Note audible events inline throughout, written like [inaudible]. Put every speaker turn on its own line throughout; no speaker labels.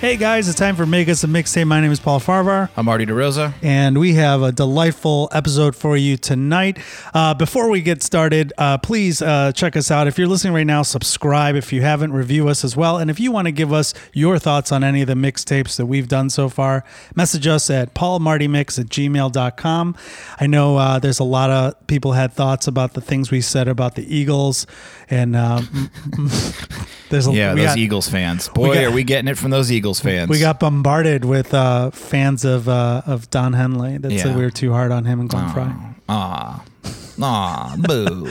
Hey guys, it's time for Make Us a Mixtape. My name is Paul Farvar.
I'm Marty DeRosa.
and we have a delightful episode for you tonight. Uh, before we get started, uh, please uh, check us out. If you're listening right now, subscribe. If you haven't, review us as well. And if you want to give us your thoughts on any of the mixtapes that we've done so far, message us at paulmartymix at gmail.com. I know uh, there's a lot of people had thoughts about the things we said about the Eagles, and uh, [laughs] there's a
Yeah,
we
those
got-
Eagles fans. Boy,
got-
are we getting it from those Eagles fans.
we got bombarded with uh, fans of uh, of Don Henley that said
Yeah.
we were too hard on him and Glenn Fry.
ah, ah, boo.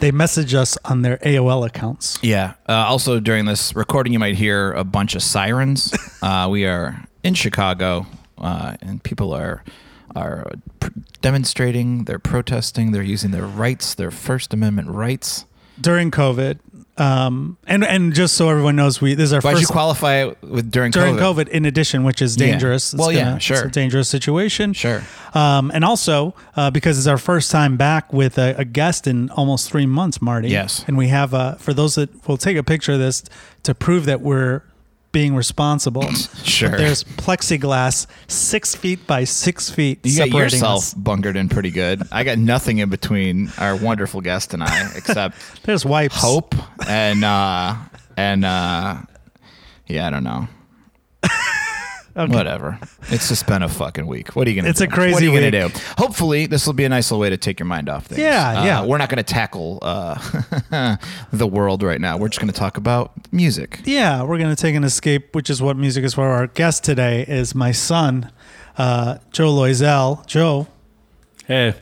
They message us on their AOL accounts.
[laughs] yeah. Uh, also, during this recording, you might hear a bunch of [laughs] sirens. Uh, we are in Chicago, uh, and people are are pr- demonstrating. They're protesting. They're using their rights, their First Amendment rights.
during COVID. Um, and and just so everyone knows, we this is our
Why'd you
first
qualify it with during
during
COVID?
COVID. In addition, which is
Yeah.
dangerous.
Well, yeah,
It's
sure.
a dangerous situation.
Sure.
Um, and also uh, because it's our first time back with a, a guest in almost three months, Marty.
Yes.
And we have uh, for those that will take a picture of this to prove that we're being
[clears throat]
responsible.
Sure.
There's plexiglass six feet by six feet
You got
separating
yourself
us.
bunkered in pretty good. I got nothing in between our wonderful guest and
[laughs]
I, except
There's wipes.
hope and uh and uh yeah i don't
[laughs]
know whatever it's just been a fucking week what are you gonna
It's
do?
a crazy
what are you gonna
week.
do hopefully this will be a nice little way to take your mind off things
Yeah,
Uh,
yeah.
we're not gonna tackle uh [laughs] the world right now we're just gonna talk about music
Yeah, we're going to take an escape, which is what music is for. Our guest today is my son, uh, Joe Loisel. Joe,
Hey,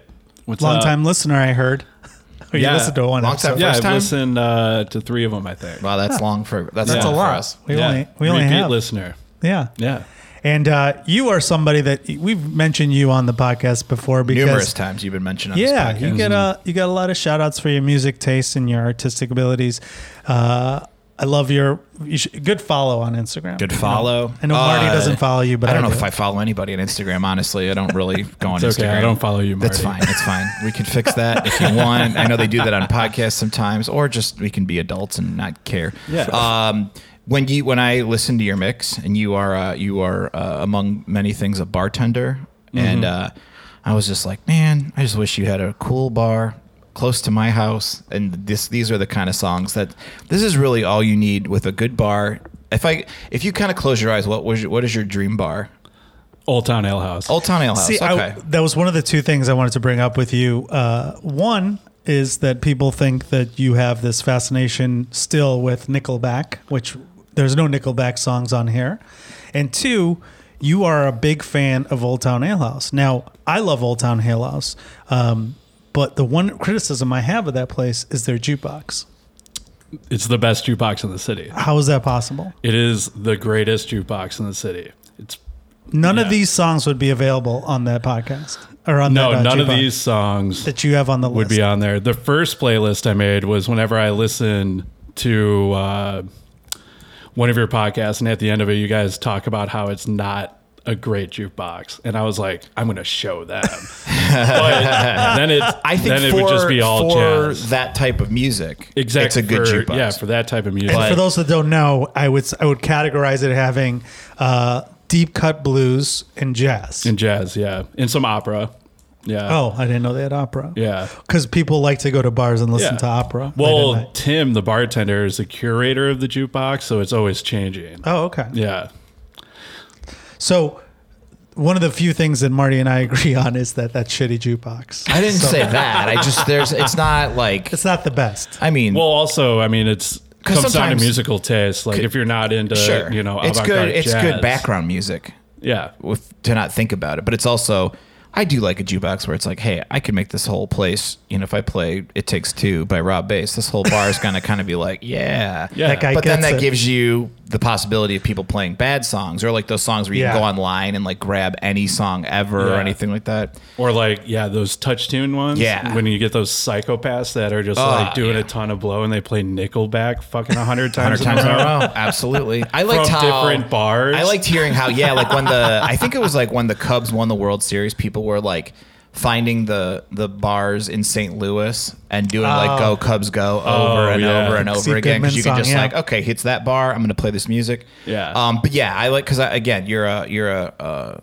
what's
long
up?
time listener, I heard. [laughs] Oh, you
Yeah,
listened to one
long
episode.
time.
Yeah,
First
I've
time?
listened uh, to three of them. I think
wow that's long for that's,
That's
That's
long
a
Yeah,
for
lot.
us.
We
yeah.
only we only
repeat
have
listener.
yeah.
Yeah,
And uh, you are somebody that we've mentioned you on the podcast before because
numerous times you've been mentioned on
yeah,
this podcast.
you get a you got a lot of shout outs for your music taste and your artistic abilities. Uh, I love your you should, good follow on Instagram.
Good follow.
I know Marty
Uh,
doesn't follow you, but
I don't know
do.
if I follow anybody on Instagram. Honestly, I don't really go on
it's
Instagram.
okay. I don't follow you. Marty.
That's fine. It's fine. We can fix that if you want. I know they do that on podcasts sometimes, or just we can be adults and not care.
Yeah.
Um, when you when I listen to your mix, and you are uh, you are uh, among many things a bartender,
Mm-hmm.
and uh, I was just like, man, I just wish you had a cool bar close to my house. And this these are the kind of songs that this is really all you need with a good bar. If I if you kind of close your eyes, what was your, what is your dream bar?
Old Town Ale House.
Old Town Ale House.
See,
okay.
I, that was one of the two things I wanted to bring up with you. Uh, one is that people think that you have this fascination still with Nickelback, which there's no Nickelback songs on here. And two, you are a big fan of Old Town Ale House. Now, I love Old Town Ale House, um, but the one criticism I have of that place is their jukebox.
it's the best jukebox in the city.
How is that possible?
It is the greatest jukebox in the city. It's
None of
Yeah.
these songs would be available on that podcast or on
no,
that, uh,
none of
jukebox
these songs
that you have on the
would
list.
be on there. The first playlist I made was whenever I listened to uh, one of your podcasts, and at the end of it, you guys talk about how it's not a great jukebox, and I was like, I'm going to
[laughs]
show them. but then it,
I think
then it
for,
would just be all
for
jazz.
that type of music,
Exactly.
it's a good
for,
jukebox.
Yeah, for that type of music.
And for those that don't know, I would I would categorize it having uh, deep cut blues and jazz.
and jazz, yeah. And some opera. Yeah.
oh, I didn't know they had opera.
Yeah.
because people like to go to bars and listen
Yeah.
to opera. late at
Well,
night.
Tim, the bartender, is the curator of the jukebox, so it's always changing.
oh, okay.
Yeah.
So one of the few things that Marty and I [laughs] agree on is that that shitty jukebox.
I didn't [laughs] say that. I just there's it's not like
It's not the best.
I mean
Well, also, I mean, it's
'Cause
comes down to
sometimes-
musical taste. Like, if you're not into,
sure
you know,
it's good
avant-garde
it's
jazz.
good background music
Yeah.
with to not think about it, but it's also I do like a jukebox where it's like, hey, I could make this whole place. You know, if I play "It Takes Two by Rob Bass, this whole bar is gonna kind of be like, yeah,
Yeah. That
guy
But then
gets
that
it.
gives you the possibility of people playing bad songs or like those songs where you
Yeah.
can go online and like grab any song ever or
Yeah.
anything like that.
Or like, yeah, those touch tune ones.
Yeah.
When you get those psychopaths that are just
Oh,
like doing
yeah.
a ton of blow and they play Nickelback fucking
[laughs]
a hundred times.
hundred
in a
times in a
row.
row. Absolutely. I liked
From
how
different bars.
I liked hearing how yeah, like when the I think it was like when the Cubs won the World Series, people were like finding the the bars in St. Louis and doing like Go Cubs Go over
Oh,
and
yeah.
over and over
Steve
again because
Goodman
you can
song,
just
yeah.
like okay hits that bar I'm gonna play this music
Yeah.
um but yeah I like because again you're a you're a, uh,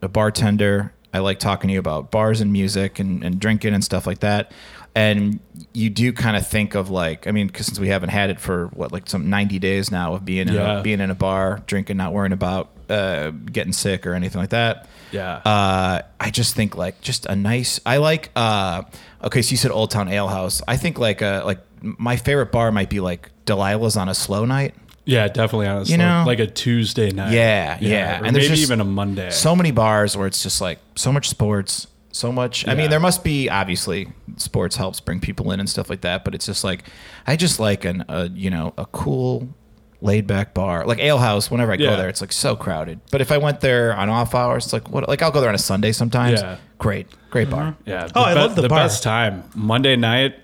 a a bartender I like talking to you about bars and music and and drinking and stuff like that and you do kind of think of like I mean 'cause since we haven't had it for what like some 90 days now of being in
Yeah.
a, being in a bar drinking not worrying about uh getting sick or anything like that
Yeah.
uh, I just think like just a nice. I like. Uh, okay, so you said Old Town Ale House. I think like uh, like my favorite bar might be like Delilah's on a slow night.
yeah, definitely. Honestly,
You know-
like a Tuesday night.
Yeah, yeah.
Or
And there's
maybe
just
even a Monday.
So many bars where it's just like so much sports, so much. I
Yeah.
mean, there must be obviously sports helps bring people in and stuff like that, but it's just like I just like an a you know a cool laid back bar like ale house whenever i
Yeah.
go there it's like so crowded but if i went there on off hours it's like what like i'll go there on a sunday sometimes
Yeah. Mm-hmm.
great great bar
Yeah.
Oh, I love the bar.
best time Monday night,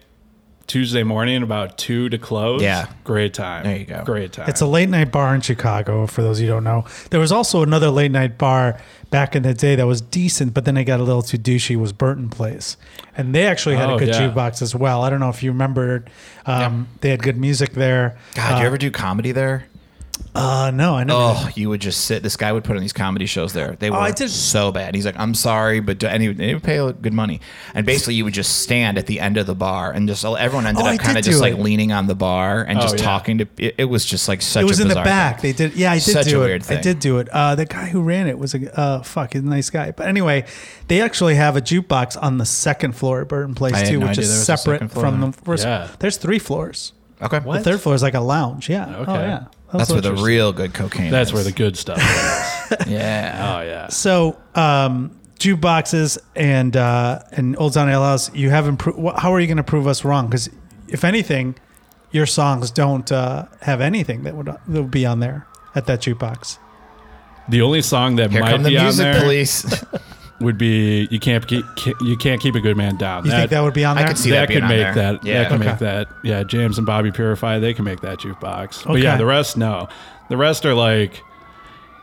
Tuesday morning, about two to close.
Yeah.
great time.
There you go.
Great time.
It's a late night bar in Chicago, for those you don't know. There was also another late night bar back in the day that was decent, but then it got a little too douchey, was Burton Place. And they actually had
Oh,
a good
yeah.
jukebox as well. I don't know if you remembered. Um, They had good music there.
God,
Uh,
do you ever do comedy there?
Uh, no, I never.
Oh, you would just sit. This guy would put on these comedy shows there. They were
Oh, I did-
so bad. He's like, I'm sorry, but do, and he would, he would pay good money. And basically, you would just stand at the end of the bar, and just everyone ended
Oh, I
up kind
did
of just
do
like
it.
leaning on the bar and just
Oh, yeah.
talking to. It, it was just like such.
it was
a
in the
bizarre
back.
thing.
They did, yeah, I did
Such
do
a
it.
weird
I
thing.
did do it. Uh, the guy who ran it was a uh, fuck, he's a nice guy. But anyway, they actually have a jukebox on the second floor at Burton Place
I had
too,
no
which
idea there was
is
a
separate
second floor.
from the first.
Yeah.
There's three floors.
Okay,
The third floor is like a lounge. Yeah.
Okay.
Oh yeah.
That's where the
interesting.
real good cocaine.
That's
is.
where the good stuff. is.
yeah.
oh yeah.
So, um, jukeboxes and uh, and Old Town Ale House, you haven't. Pro- wh- how are you going to prove us wrong? Because if anything, your songs don't uh, have anything that would that would be on there at that jukebox.
The only song that
Here
might
come the
be on
music
there
police.
[laughs] would be "You Can't Keep You Can't Keep a Good Man Down."
You think that would be on
I
there?
could see
that
that being
could
on there.
make that. Yeah,
Yeah.
that could
Okay.
make that. Yeah, James and Bobby Purify, they can make that jukebox. But yeah,
Okay.
the rest no. The rest are like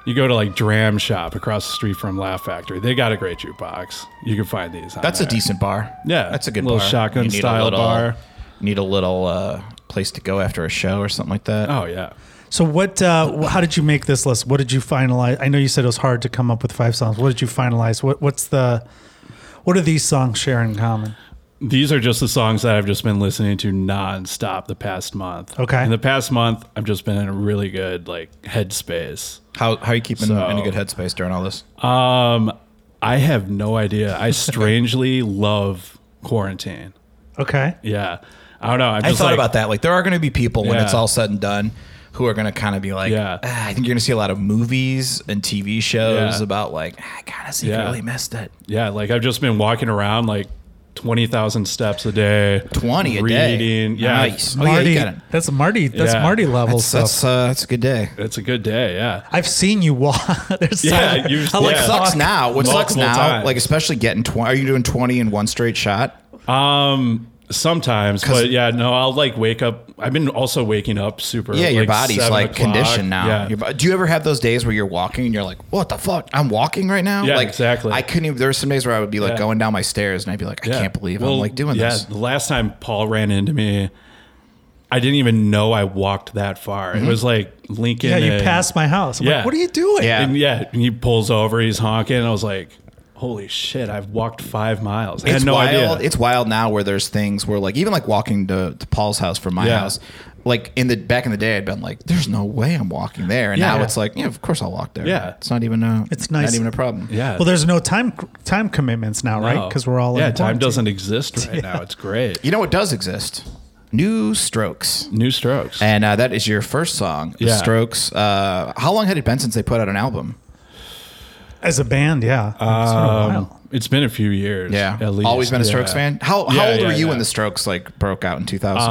you go to like Dram Shop across the street from Laugh Factory. They got a great jukebox. You can find these. on
That's a
there.
decent bar.
Yeah.
that's a good
Little
bar.
shotgun
You need a
style
little-
bar.
Need a little uh, place to go after a show or something like that.
Oh yeah.
So what? Uh, wh- how did you make this list? What did you finalize? I know you said it was hard to come up with five songs. What did you finalize? What What's the what do these songs share in common?
These are just the songs that I've just been listening to nonstop the past month.
Okay.
In the past month, I've just been in a really good like headspace.
How how are you keeping
So-
in a good headspace during all this?
Um, I have no idea.
[laughs]
I strangely love quarantine.
Okay.
Yeah. I don't know. I'm
I
just
thought
like,
about that. Like, there are going to be people when
Yeah.
it's all said and done who are going to kind of be like,
Yeah.
"Ah, I think you're going to see a lot of movies and TV shows
Yeah.
about like, "Ah, I kind of secretly missed it.
Yeah, like I've just been walking around like twenty thousand steps a day.
20 a day.
reading. Yeah,
Nice. Oh, yeah,
Marty.
you got it.
that's Marty. That's
Yeah.
Marty level
That's,
stuff.
that's, uh, that's a good day.
it's a good day. Yeah,
I've seen you walk. [laughs] There's
Yeah, you-
I like
What
yeah.
sucks
walk.
now, what sucks
Multiple
now,
times.
like, especially getting 20, are you doing 20 in one straight shot?
sometimes,
'Cause-
but yeah, no, I'll like wake up. I've been also waking up super.
Yeah, your
like,
body's
7
like
o'clock.
conditioned now.
Yeah,
Your bo- do you ever have those days where you're walking and you're like, "What the fuck? I'm walking right now."
Yeah,
like,
exactly.
I couldn't even. There were some days where I would be like
Yeah.
going down my stairs and I'd be like, "I
yeah.
can't believe
Well,
I'm like doing
yeah,
this."
the last time Paul ran into me, I didn't even know I walked that far.
Mm-hmm.
It was like Lincoln.
Yeah, you
and-
passed my house. I'm like,
Yeah.
what are you
[laughs]
doing?
Yeah.
And yeah, and he pulls over. He's honking. And I was like, "Holy shit! I've walked five miles. I
it's
had no
wild.
idea."
It's wild now where there's things where like even like walking to, to Paul's house from my
Yeah.
house, like in the back in the day, I'd been like, "There's no way I'm walking there," and
Yeah.
now it's like, "Yeah, of course I'll walk there."
Yeah.
it's not even a
It's nice.
not even a problem.
yeah.
Well, there's no time time commitments now, right?
Oh.
Because we're all in
yeah. Time
quarantine.
[laughs]
doesn't exist right now. It's great.
you know what does exist? New Strokes,
New Strokes.
and uh, that is your first song, The
Yeah.
Strokes. Uh, how long had it been since they put out an album?
as a band. Yeah, It's been a
Um,
while.
It's been a few years.
Yeah,
at least.
always been a Strokes
Yeah.
fan. How how
Yeah,
old
yeah,
were you
yeah. Uh,
when the Strokes like broke out in 2000?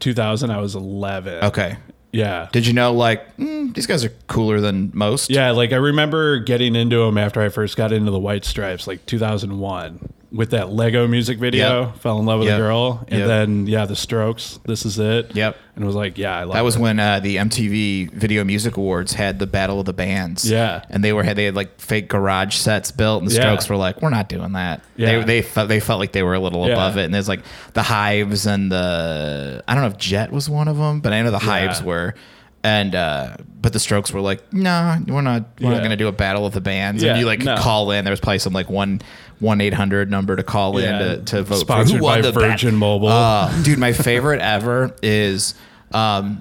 2000. I was 11.
okay,
Yeah.
did you know like mm, these guys are cooler than most?
yeah. Like I remember getting into them after I first got into the White Stripes, like 2001. with that Lego music video,
Yep.
fell in love with
Yep.
a girl, and
Yep.
then yeah, The Strokes, This Is It.
Yep.
and was like, yeah, I love
That was
it.
when uh, the MTV Video Music Awards had the Battle of the Bands.
Yeah.
and they were they had like fake garage sets built, and the
Yeah.
Strokes were like, "We're not doing that."
Yeah.
They they felt they felt like they were a little
Yeah.
above it, and there's like the Hives and the I don't know if Jet was one of them, but I know the Hives were. And uh, but the Strokes were like, nah, we're not we're not
Yeah.
gonna do a battle of the bands.
Yeah,
and you like
no.
call in. There was probably some like one one eight hundred number to call
Yeah.
in to, to vote for
Sponsored
who won
by
the bat-
Virgin Mobile.
uh, dude, my favorite ever is um,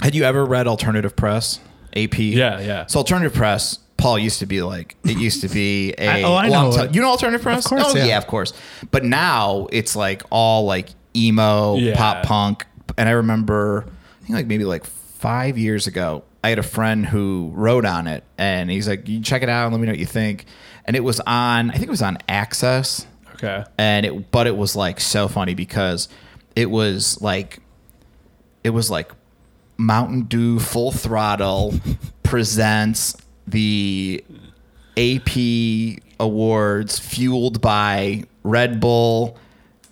had you ever read Alternative Press? AP?
Yeah, yeah.
So Alternative Press, Paul used to be like it used to be a
[laughs] I- oh, I
well, I'm
know
tell-
it.
you know Alternative Press?
course,
oh
yeah.
of course. But now it's like all like emo,
Yeah.
pop punk. And I remember I think like maybe like five years ago, I had a friend who wrote on it and he's like, You check it out and let me know what you think. And it was on I think it was on Access
okay.
and it but it was like so funny because it was like it was like Mountain Dew Full
[laughs]
Throttle presents the AP Awards fueled by Red Bull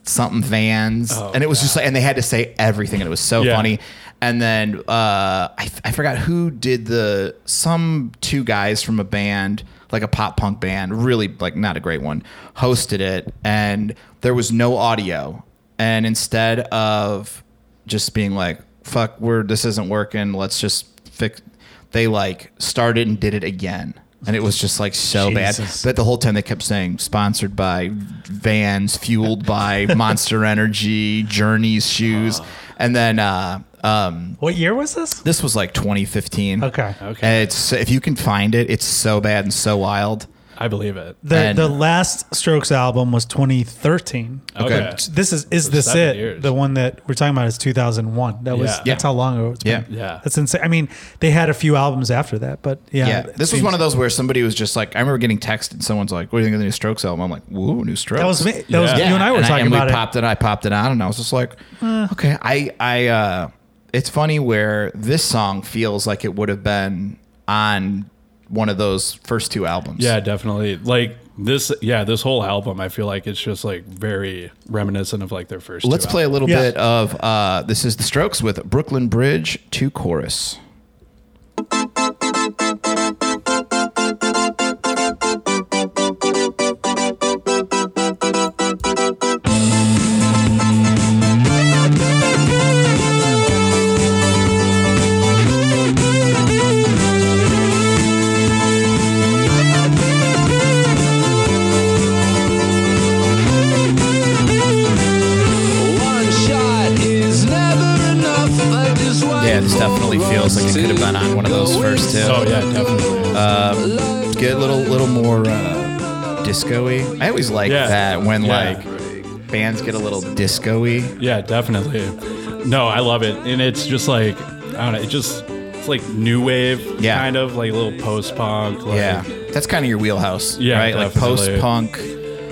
something Vans
Oh,
and it was just like and they had to say everything and it was so
Yeah.
funny and then uh I, f- I forgot who did the some two guys from a band like a pop punk band really like not a great one hosted it and there was no audio and instead of just being like fuck we're this isn't working let's just fix they like started and did it again and it was just like so
Jesus.
bad but the whole time they kept saying sponsored by vans fueled
[laughs]
by monster energy journeys shoes
Uh-huh.
and then uh um
What year was this?
this was like 2015
Okay.
Okay.
And it's if you can find it it's so bad and so wild
I believe it.
The,
And-
the last Strokes album was 2013.
Okay.
This is is this
seven
it?
years.
The one that we're talking about is 2001. That was
Yeah.
that's how long ago it's been.
Yeah.
Yeah.
that's insane. I mean, they had a few albums after that, but yeah,
yeah
it
this was
seems-
one of those where somebody was just like i remember getting texted and someone's like what do you think of the new strokes album i'm like whoa new strokes
That was me. That was [laughs]
Yeah.
you and I were talking
and
about
we
it.
popped it. I popped it on, and I was just like, okay. I I uh, it's funny where this song feels like it would have been on one of those first two albums.
Yeah, definitely. Like this, yeah, this whole album, I feel like it's just like very reminiscent of like their first.
Let's
two
play a little
Yeah.
bit of uh, this is the Strokes with Brooklyn Bridge two chorus.
One shot is never enough. I just want
Yeah, this definitely feels like it could have been on one of those first two.
Oh yeah, definitely.
Get a little little more uh, disco-y. I always like
Yeah.
that when
Yeah.
like bands get a little disco-y.
yeah, definitely. No, I love it, and it's just like I don't know. It just it's like new wave,
Yeah.
kind of like a little post punk, like,
Yeah, that's kind of your wheelhouse,
Yeah,
right?
definitely.
Like post-punk,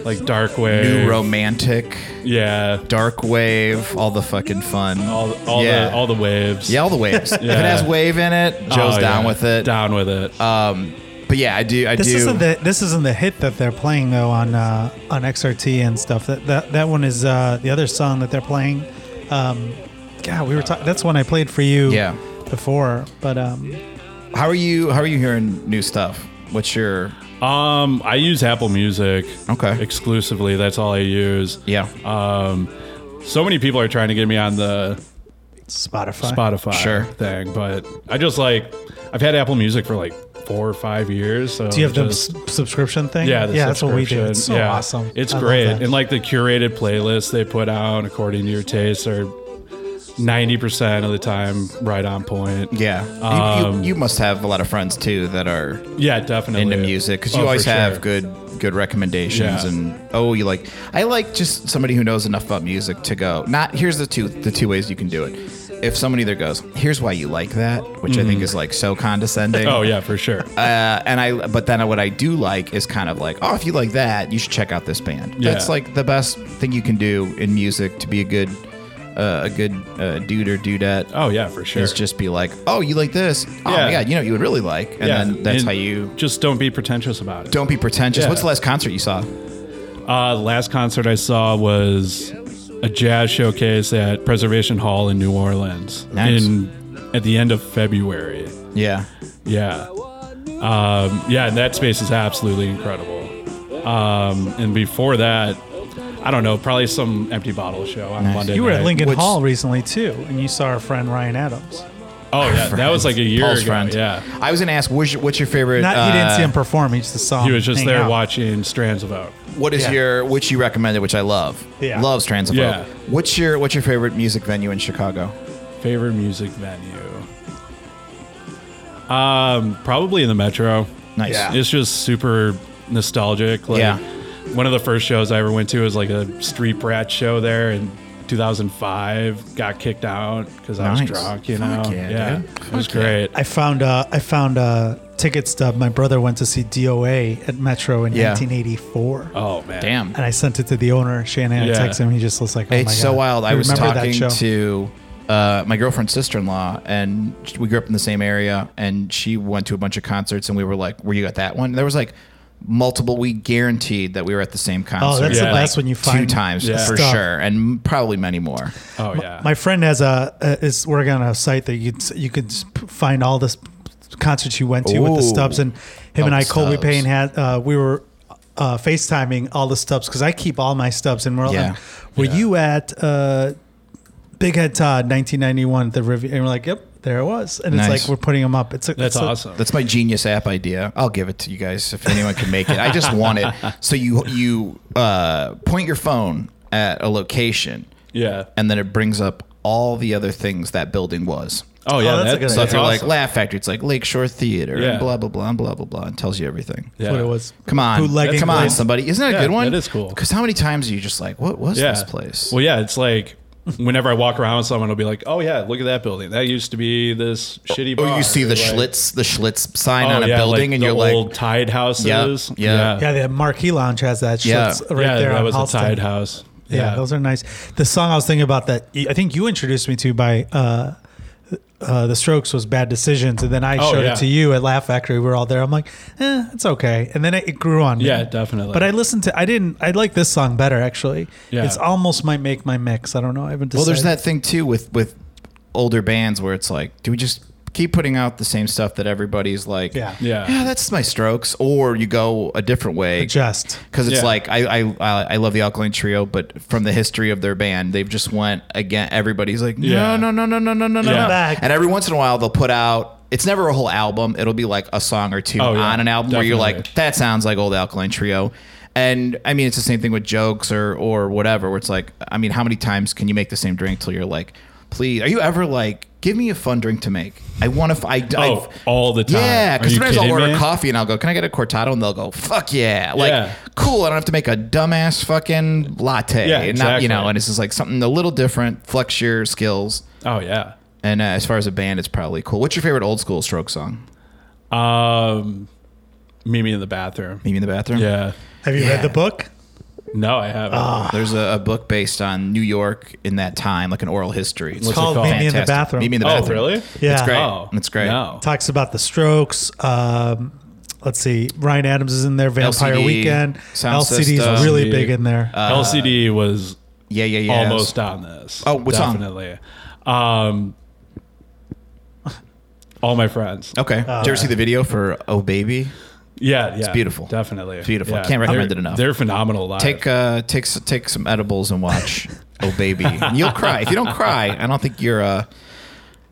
like dark wave,
new romantic,
yeah,
dark wave, all the fucking fun.
all all
Yeah.
the all the waves.
yeah, all the waves. If it
Yeah.
has wave in it,
Oh,
Joe's down
yeah.
with it. Uh,
Down with it.
But yeah, I do. I
This
do.
isn't the this isn't the hit that they're playing though on uh, on XRT and stuff. That that that one is uh, the other song that they're playing. Um, God, we were talking. That's one I played for you.
Yeah.
Before, but um,
how are you? How are you hearing new stuff? What's your?
um, I use Apple Music.
Okay.
Exclusively, that's all I use.
Yeah,
Um, so many people are trying to get me on the
Spotify.
Spotify
Sure.
thing, but I just like I've had Apple Music for like four or five years. So
Do you have the
just-
s- subscription thing?
yeah, the
yeah, that's what we do.
subscription.
It's so
Yeah.
awesome.
It's
I love
great,
that.
and like the curated playlists they put out according to your tastes are ninety percent of the time right on point.
yeah. You- you, you, must have a lot of friends too that are
um, Oh, yeah, definitely
into music because you
Oh, for
always have
sure.
good good recommendations
Yeah.
and oh you like i like just somebody who knows enough about music to go not here's the two the two ways you can do it if somebody there goes here's why you like that which i think is like so condescending
Mm-hmm. Oh yeah, for sure.
uh, and I, but then what I do like is kind of like, oh, if you like that, you should check out this band.
Yeah.
That's like the best thing you can do in music to be a good, uh, a good uh, dude or dudette.
Oh yeah, for sure.
Is just be like, oh, you like this? Oh my
Yeah.
god, you know what you would really like, and
yeah.
then that's
and
how you
just don't be pretentious about it.
don't be pretentious.
Yeah.
What's the last concert you saw?
Uh, the last concert I saw was a jazz showcase at Preservation Hall in New Orleans
Nice.
in at the end of February.
Yeah.
Yeah. Um, yeah, and that space is absolutely incredible. Um, and before that, I don't know, probably some empty bottle show on
Nice.
Monday.
You were at
night.
Lincoln
Which-
Hall recently too, and you saw our friend Ryan Adams.
Oh yeah, that was like a year
Paul's
ago.
friend.
Yeah,
I was gonna ask, what's your, what's your favorite?
Not he didn't see
uh,
him perform; he just saw.
he
him
was just
hang
there
out.
watching Strands of Oak.
What is
Yeah.
your which you recommended, which I love.
Yeah.
Loves Transphobe.
Yeah.
What's your what's your favorite music venue in Chicago?
Favorite music venue? Um, probably in the Metro.
Nice.
Yeah.
It's just super nostalgic. Like,
Yeah.
One of the first shows I ever went to was like a street rat show there in 2005. Got kicked out because I
Nice.
was drunk. You
Fuck
know.
yeah, dude.
It was great.
I found uh, I found a ticket stub. My brother went to see DOA at Metro in
Yeah.
1984.
Oh man.
Damn.
and I sent it to the owner, Shannon. I
Yeah.
texted him. He just looks like, oh
it's
my
so
God.
wild. I
You
was
remember that
talking
show.
to uh, my girlfriend's sister in law, and we grew up in the same area. And she went to a bunch of concerts, and we were like, "Were you at that one?" And there was like multiple. We guaranteed that we were at the same concert.
Oh, that's
the
like,
best when you
two
find
times
Yeah.
for
stuff.
sure, and probably many more.
Oh yeah.
My friend has a uh, is working on a site that you you could s- p- find all the s- concerts you went to with the
Ooh.
stubs, and him
All
and
the
I, Colby
stubs.
Payne had uh, we were. Uh, FaceTiming all the stubs because I keep all my stubs and we're
Yeah.
like, were you at uh, Big Head Todd 1991 at the Riviera? And we're like, yep, there it was. And it's
Nice.
like we're putting them up. It's a,
That's
it's a-
awesome.
That's my genius app idea. I'll give it to you guys if anyone can make it. I just want
[laughs]
it. So you you uh, point your phone at a location,
yeah.
and then it brings up all the other things that building was.
Oh yeah.
Oh, that's a
that-
good
So if
idea.
you're like
awesome.
Laugh Factory, it's like Lakeshore Theater
Yeah.
and blah blah blah and blah blah blah, and tells you everything.
Yeah.
what it was.
Come on,
Bootlegging
come on,
place.
somebody! Isn't that a
Yeah,
good one?
that is cool.
Because how many times are you just like, what was this place?
Well, yeah, it's like whenever I walk around with someone, I'll be like, "Oh yeah, look at that building. That used to be this
Oh,
shitty."
or
bar."
you see the
Like-
Schlitz, the Schlitz sign
Oh,
on a
yeah,
building,
like
and
the
you're
old
like,
tide houses.
Yeah, yeah.
Yeah, the Marquee Lounge has that.
Yeah.
Schlitz right
Yeah,
there
that
on
was
Halston.
a tide house.
Yeah,
Yeah,
those are nice. The song I was thinking about that I think you introduced me to by uh, uh, the Strokes was Bad Decisions, and then I
Oh,
showed
yeah.
it to you at Laugh Factory. We were all there. I'm like, eh, it's okay, and then it, it grew on me.
Yeah, definitely.
But I listened to I didn't I like this song better actually.
Yeah.
it's almost might make my mix. I don't know. I haven't
well,
decided.
there's that thing too with with older bands where it's like, do we just keep putting out the same stuff that everybody's like,
Yeah.
Yeah.
yeah, that's my Strokes, or you go a different way,
just
because it's
Yeah.
like I, I I I love the Alkaline Trio, but from the history of their band, they've just went again. Everybody's like, no,
Yeah.
no, no, no, no, no, no,
Yeah.
no.
Back.
And every once in a while, they'll put out. It's never a whole album. It'll be like a song or two
Oh, yeah.
on an album where you're
Definitely.
like, that sounds like old Alkaline Trio. And I mean, it's the same thing with jokes or or whatever. Where it's like, I mean, how many times can you make the same drink till you're like, please? Are you ever like, give me a fun drink to make? I want to. I,
Oh,
I
all the time.
yeah,
Are
because
you
sometimes I'll
kidding
order
me?
coffee and I'll go, "Can I get a cortado?" And they'll go, "Fuck yeah!" Like,
Yeah.
cool. I don't have to make a dumbass fucking latte. And
Yeah,
not- you
exactly.
know, and it's just like something a little different. Flex your skills.
Oh yeah.
And uh, as far as a band, it's probably cool. What's your favorite old school stroke song?
Um, Mimi in the bathroom.
Maybe in the bathroom.
Yeah.
Have you
Yeah.
read the book?
No, I haven't.
Ah,
Oh,
There's a, a book based on New York in that time, like an oral history. It's
What's it called?
Maybe in the
fantastic.
bathroom.
Meet me in the
oh
bathroom.
really?
Yeah.
It's great.
Oh,
It's great.
No.
talks about the Strokes. Um, let's see, Ryan Adams is in there. Vampire
LCD,
Weekend.
Sound
LCD's
System. Uh,
really
LCD.
big in there.
LCD was
Yeah, yeah, yeah.
almost on this.
Oh, what song?
Definitely. Um, all my friends.
Okay. Did you ever see the video for "Oh Baby"?
Yeah, yeah. It's
beautiful.
Definitely.
It's beautiful.
Yeah.
Can't recommend
They're-
it enough.
They're phenomenal live.
Take uh, take s- take some edibles and
[laughs]
watch Oh Baby. And you'll cry. If you don't cry, I don't think you're a.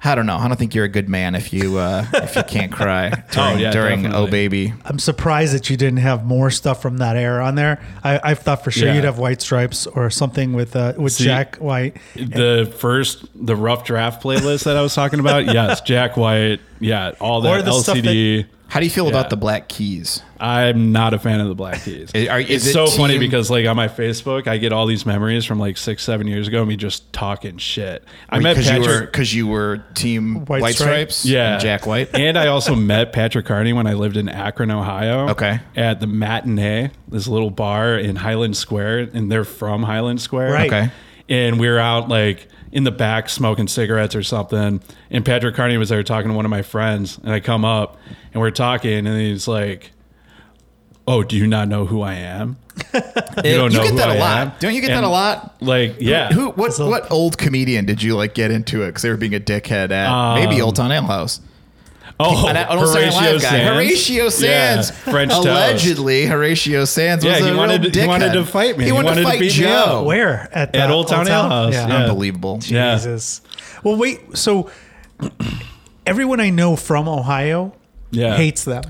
I don't know. I don't think you're a good man if you uh, if you can't
[laughs]
cry during
yeah,
during Oh
definitely.
Baby.
I'm surprised that you didn't have more stuff from that era on there. I, I thought for sure
Yeah.
you'd have White Stripes or something with uh, with
See,
Jack White.
the first the rough draft playlist that I was
[laughs]
talking about. yes, Jack White. Yeah, all that
Or the stuff
LCD.
How do you feel
Yeah.
about the Black Keys?
I'm not a fan of the Black Keys.
I- are- is
it's
it
so funny
team-
because like on my Facebook, I get all these memories from like six, seven years ago, me just talking shit. I met
Because you were
Patrick.
because you were Team
White
White,
Stripes?
Stripes,
yeah,
and Jack White.
[laughs] and I also met Patrick Carney when I lived in Akron, Ohio.
Okay.
at the matinee, this little bar in Highland Square, and they're from Highland Square.
Right.
Okay.
and we were out like in the back smoking cigarettes or something. And Patrick Carney was there talking to one of my friends, and I come up and we're talking, and he's like, "Oh, do you not know who
[laughs]
I am?"
you
don't know
get
who
that a
I
lot.
am.
Don't you get that
And-
a lot?
Like, yeah,
Who? What? What old comedian did you like get into it because they were being a dickhead at?
Um,
maybe Old Town Ale House.
Oh,
An- an Old Town Ale
Horatio
House guy.
Sands.
Horatio Sands.
yeah, French toast.
Allegedly, Horatio Sands was
Yeah,
a
he
real
wanted to-
dickhead.
he wanted to fight me.
He
He
wanted,
wanted to
to fight
beat me
Joe.
up.
Where at,
At
the
Old Town Ale House, yeah.
Unbelievable.
Yeah.
Oh, Jesus. Well, wait. So everyone I know from Ohio
Yeah.
hates them.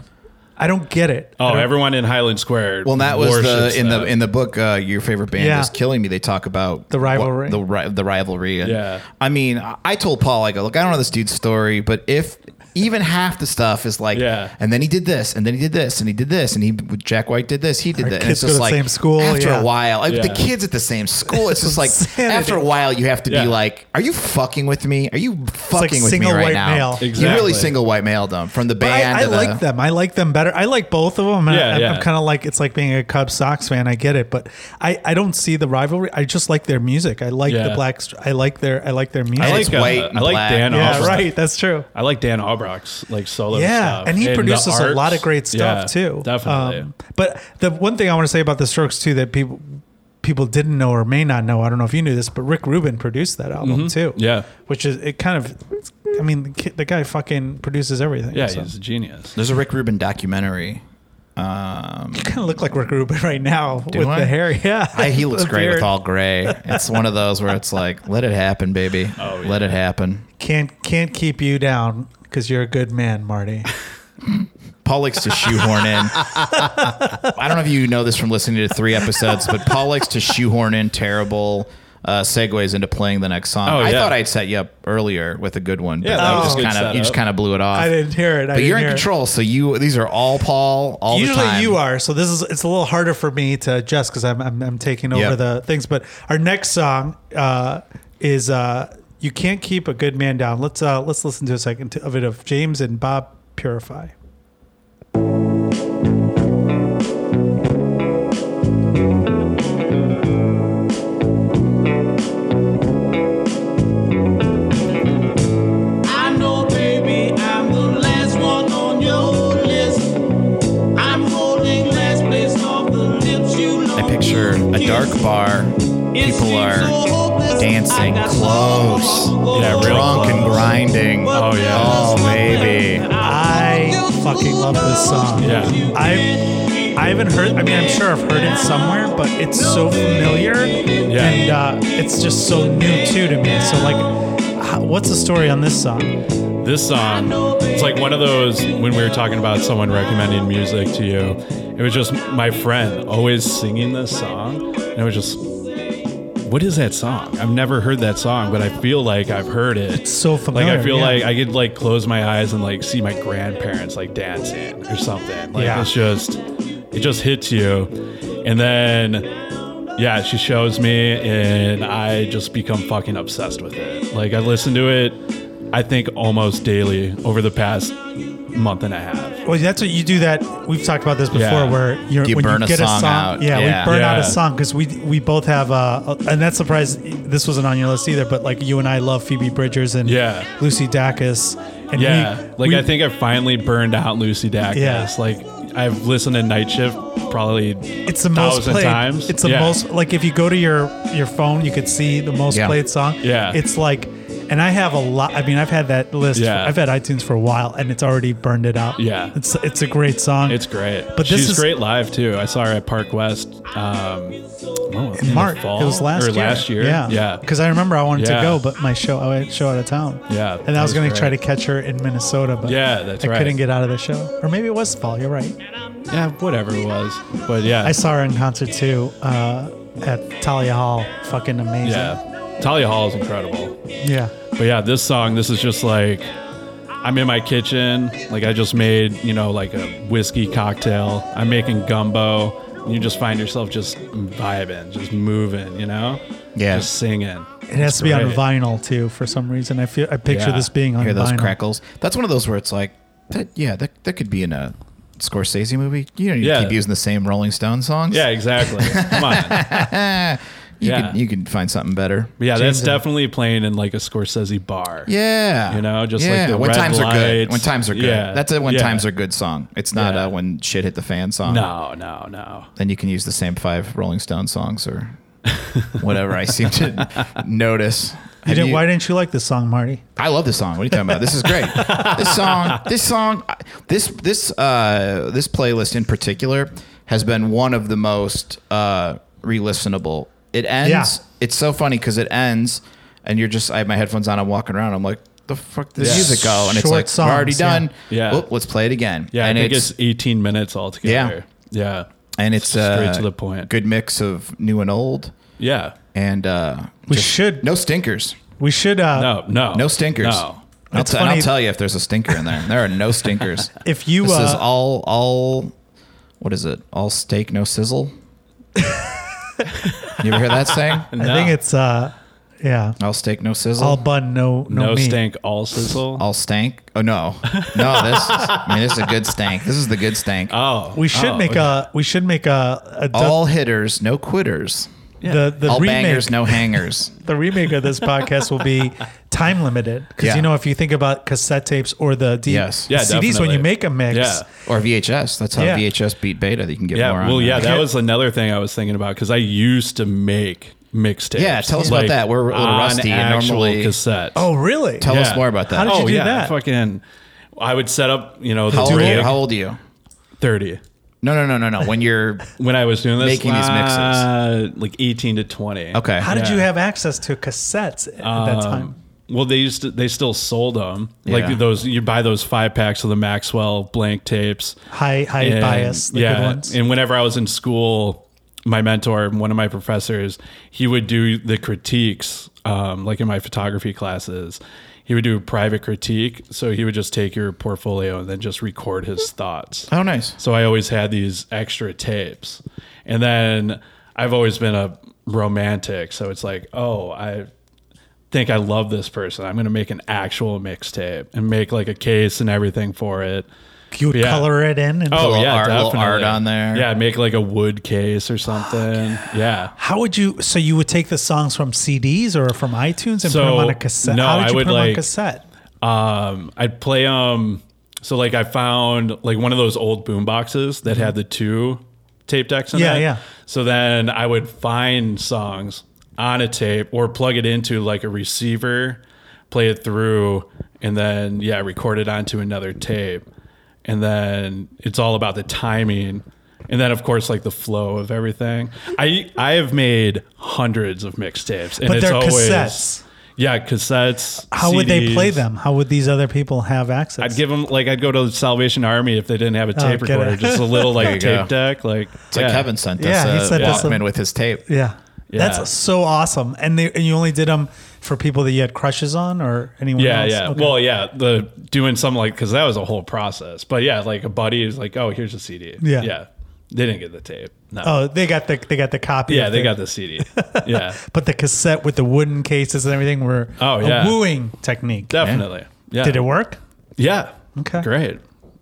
I don't get it. I
Oh,
don't-
everyone in Highland Square.
Well, that was the
worships
in the
that.
in the book. Uh, your favorite band
Yeah.
is killing me. They talk about
The rivalry.
what- the ri- the rivalry. And
Yeah.
I mean, I- I told Paul, I go, look, I don't know this dude's story, but if even half the stuff is like,
Yeah.
and then he did this, and then he did this, and he did this, and he Jack White did this, he did
Our
that. And
kids
it's just
go to the
like
same school,
After
yeah.
a while, like, the
Yeah.
kids at the same school. It's just like
[laughs] Insanity.
after a while, you have to
Yeah.
be like, are you fucking with me? Are you fucking with
single
me right
white
now?
male.
You really
Exactly.
single white male them from the
But
band.
I, I
to the,
like them. I like them better. I like both of them. and
Yeah,
I, am
yeah.
kind of like it's like being a Cubs Sox fan. I get it, but I, I don't see the rivalry. I just like their music. I like the
Yeah.
black. Str- I like their I like their music.
I
And it's
like uh,
white and
I like
black.
Dan.
yeah,
Albrecht.
right. That's true.
I like Dan Albrock's like solo
Yeah,
stuff.
and he
the
produces a
arts.
lot of great stuff
Yeah,
too.
Definitely.
Um, but the one thing I want to say about the Strokes too that people people didn't know or may not know. I don't know if you knew this, but Rick Rubin produced that album too.
Mm-hmm. Yeah.
which is it kind of. I mean, the, kid, the guy fucking produces everything.
yeah,
so.
he's a genius.
There's a Rick Rubin documentary. Um,
kind of look like Rick Rubin [laughs] right now with
I?
the hair. Yeah,
I, he
[laughs]
looks
The
great
beard.
with all gray. It's one of those where it's like, let it happen, baby.
Oh,
Let
yeah.
it happen.
Can't can't keep you down because you're a good man, Marty.
Paul likes to shoehorn in. I don't know if you know this from listening to three episodes, but Paul likes to shoehorn in terrible uh, segues into playing the next song.
Oh,
I
yeah.
thought I'd set you up earlier with a good one, but
Yeah, that
you
was
just
a good
kind of you just
setup.
kind of blew it off.
I didn't hear it. I
But
didn't
you're in
hear it.
control, so you these are all Paul all the
Usually
time.
you are, so this is it's a little harder for me to adjust because I'm, I'm I'm taking over
Yeah.
the things. But our next song uh, is uh, "You Can't Keep a Good Man Down." Let's uh, let's listen to a second to, of it of James and Bob Purify.
I know, baby, I'm the last one on your list. I'm holding last place off the lips you
I picture a dark bar. People are dancing close.
Yeah, real
drunk and
close.
grinding.
Oh, yeah.
Oh, baby.
I fucking love this song.
Yeah.
I I haven't heard. I mean, I'm sure I've heard it somewhere, but it's so familiar, and uh, it's just so new too to me. So like, h- what's the story on this song?
This song, it's like one of those when we were talking about someone recommending music to you. It was just my friend always singing this song, and I was just, what is that song? I've never heard that song, but I feel like I've heard it. It's
so
Like
familiar,
I feel
yeah.
like I could like close my eyes and like see my grandparents like dancing or something. Like
Yeah.
it's just, it just hits you, and then yeah, she shows me, and I just become fucking obsessed with it. Like I listen to it, I think almost daily over the past month and a half.
Well, that's what you do. That we've talked about this before,
Yeah.
where you're,
You
when
burn
you
a
get
song
a song.
out.
Yeah,
Yeah.
we burn out a
Yeah.
song because we we both have. Uh, and that's surprised this wasn't on your list either. But like you and I love Phoebe Bridgers and
Yeah.
Lucy Dacus. And we-
Yeah, like
we-
I think I finally burned out Lucy Dacus.
Yeah.
Like I've listened to Night Shift probably
It's the most
thousand
played.
times.
It's the
Yeah.
most like if you go to your your phone, you could see the most
Yeah.
played song.
Yeah.
it's like, and I have a lot. I mean, I've had that list. for-
Yeah.
I've had iTunes for a while, and it's already burned it out.
Yeah.
it's it's a great song.
It's great.
But this
She's
is-
great live too. I saw her at Park West. Um, oh, in the
Mark.
fall?
It was last
or
year.
last year.
Yeah,
yeah.
Because I remember I wanted to
Yeah.
go, but my show I had a show out of town.
Yeah,
and
that
I was
was
going to
great.
try to catch her in Minnesota, but
Yeah, that's
I
right.
couldn't get out of the show, or maybe it was fall. You're right.
yeah, whatever it was. But yeah,
I saw her in concert too uh, at Talia Hall. Fucking amazing.
yeah. Talia Hall is incredible.
yeah.
But yeah, this song, this is just like I'm in my kitchen, like I just made, you know, like a whiskey cocktail. I'm making gumbo. And you just find yourself just vibing, just moving, you know?
Yeah.
Just singing.
It has to be on
great.
vinyl too. For some reason, I feel I picture
Yeah.
this being on
Hear those
vinyl.
crackles? That's one of those where it's like, that, yeah, that, that could be in a Scorsese movie. You don't need
Yeah.
to keep using the same Rolling Stone songs.
[laughs]
Yeah, exactly. Come on.
Ah, you
Yeah.
could you could find something better.
But yeah, that's
James, uh,
definitely playing in like a Scorsese bar.
Yeah,
You know, just like
Yeah,
the
when
red
times are good.
lights.
When times are good,
Yeah.
that's a when
Yeah.
times are good song. It's not
Yeah.
a when shit hit the fan song.
No, no, no.
then you can use the same five Rolling Stone songs or whatever. I seem
[laughs]
to notice.
You
Have
didn't,
you-
why didn't you like this song, Marty?
I love this song. What are you talking about? This is great. this song, this song, this this uh, this playlist in particular has been one of the most uh, re-listenable. It ends.
Yeah.
It's so funny because it ends, and you're just. I have my headphones on. I'm walking around. I'm like, the fuck did this
Yeah.
music go? And it's
Short
like
songs,
we're already
yeah.
done.
Yeah.
Whoop, let's play it again.
Yeah,
and
I think it's, 18 minutes altogether. Yeah.
and it's uh,
straight to the point.
Good mix of new and old,
Yeah.
and uh,
We should-
no stinkers.
We should. Uh,
No, no.
No stinkers.
No.
I'll,
It's
t- and I'll
funny-
tell you if there's a stinker in there. There are no
[laughs]
stinkers.
If you
this
uh,
is all all what is it? All steak, no
[laughs]
sizzle. you ever hear that saying?
I think it's uh, yeah,
All steak, no sizzle.
all bun, no no,
no
meat.
stank, all sizzle.
all stank. Oh no, no. This is, I mean, this is a good stank. This is the good stank.
Uh,
oh,
We should
Oh,
make
okay.
a we should make a, a du-
all hitters, no quitters.
the the
all
remake
bangers, no hangers.
the remake of this podcast will
[laughs]
be time limited because
Yeah.
you know if you think about cassette tapes or the D-
Yes.
CDs
Yeah,
when
definitely.
you make a mix.
Yeah.
Or VHS. That's how
Yeah.
VHS beat beta. That you can get
Yeah.
more on.
Well, yeah,
that.
that was another thing I was thinking about because I used to make mixtapes.
Yeah, tell us about that. We're a little
on
rusty and
actual
normally-
cassettes.
Oh really?
Tell us more about that.
How did
oh,
you do
yeah,
that?
Fucking, I would set up, you know, the
how old are you?
rig.
How old are you?
30.
No, no, no, no, no. When
[laughs]
you're
When I was doing this,
Making these mixes.
uh, like 18 to 20.
okay.
How did
Yeah. Um,
you have access to cassettes at that time?
Well, they used to, they still sold them.
Yeah.
Like those, you buy those five packs of the Maxwell blank tapes.
High high
And-
bias, the good ones.
And whenever I was in school, my mentor, one of my professors, he would do the critiques, um, like in my photography classes. He would do a private critique. So he would just take your portfolio and then just record his thoughts.
Oh, nice.
So I always had these extra tapes. And then I've always been a romantic. So it's like, oh, I think I love this person. I'm going to make an actual mixtape and make like a case and everything for it.
you would
yeah.
color it in and
Oh,
little
yeah,
art- little
definitely.
art on there.
Yeah, make like a wood case or something. yeah.
How would you? So you would take the songs from CDs or from iTunes and put them
So,
on a cassette.
no,
How did
I
you
would
put them on
like-
cassette?
Um, I'd play um so like I found like one of those old boom boxes that had the two tape decks in
Mm-hmm. Yeah,
it.
yeah.
So then I would find songs on a tape or plug it into like a receiver, play it through, and then yeah, record it onto another tape. And then it's all about the timing. And then of course like the flow of everything. I I have made hundreds of mixtapes. And
But
it's
they're
always
cassettes.
Yeah, cassettes.
How would they play
CDs.
them? How would these other people have access?
I'd give them like I'd go to the Salvation Army if they didn't have a tape
Oh, get
recorder,
it.
just
[laughs]
a little like
you
tape deck. Like
It's like Kevin sent us
Yeah, he
a
sent us a-
Walkman with his tape.
Yeah.
Yeah.
That's so awesome. And, they, and you only did them for people that you had crushes on or anyone
Yeah,
else?
yeah.
Okay.
Well, yeah, the doing something like because that was a whole process. But yeah, like a buddy is like, oh, here's a CD.
Yeah.
yeah. They didn't get the tape. No.
oh, they got the they got the copy.
yeah,
of
they got the CD.
[laughs]
yeah,
But the cassette with the wooden cases and everything were
Oh,
a
yeah.
wooing technique.
definitely. Yeah.
Did it work?
Yeah.
Okay.
Great.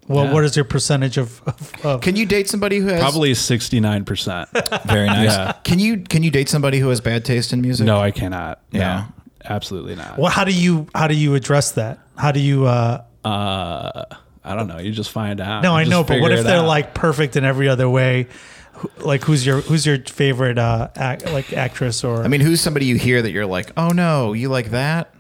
Well,
Yeah.
what is your percentage of? of, of
Can you date somebody who has
Probably sixty
[laughs]
nine percent.
very nice?
Yeah.
Can you can you date somebody who has bad taste in music?
No, I cannot. No,
Yeah.
absolutely not.
well, how do you how do you address that? How do you? Uh,
I don't know. You just find out.
no,
You
I
just
know, but what
figure
if
it
they're
out.
like perfect in every other way? Who- Like who's your who's your favorite uh act, like actress or
I mean, who's somebody you hear that you're like, oh no, you like that?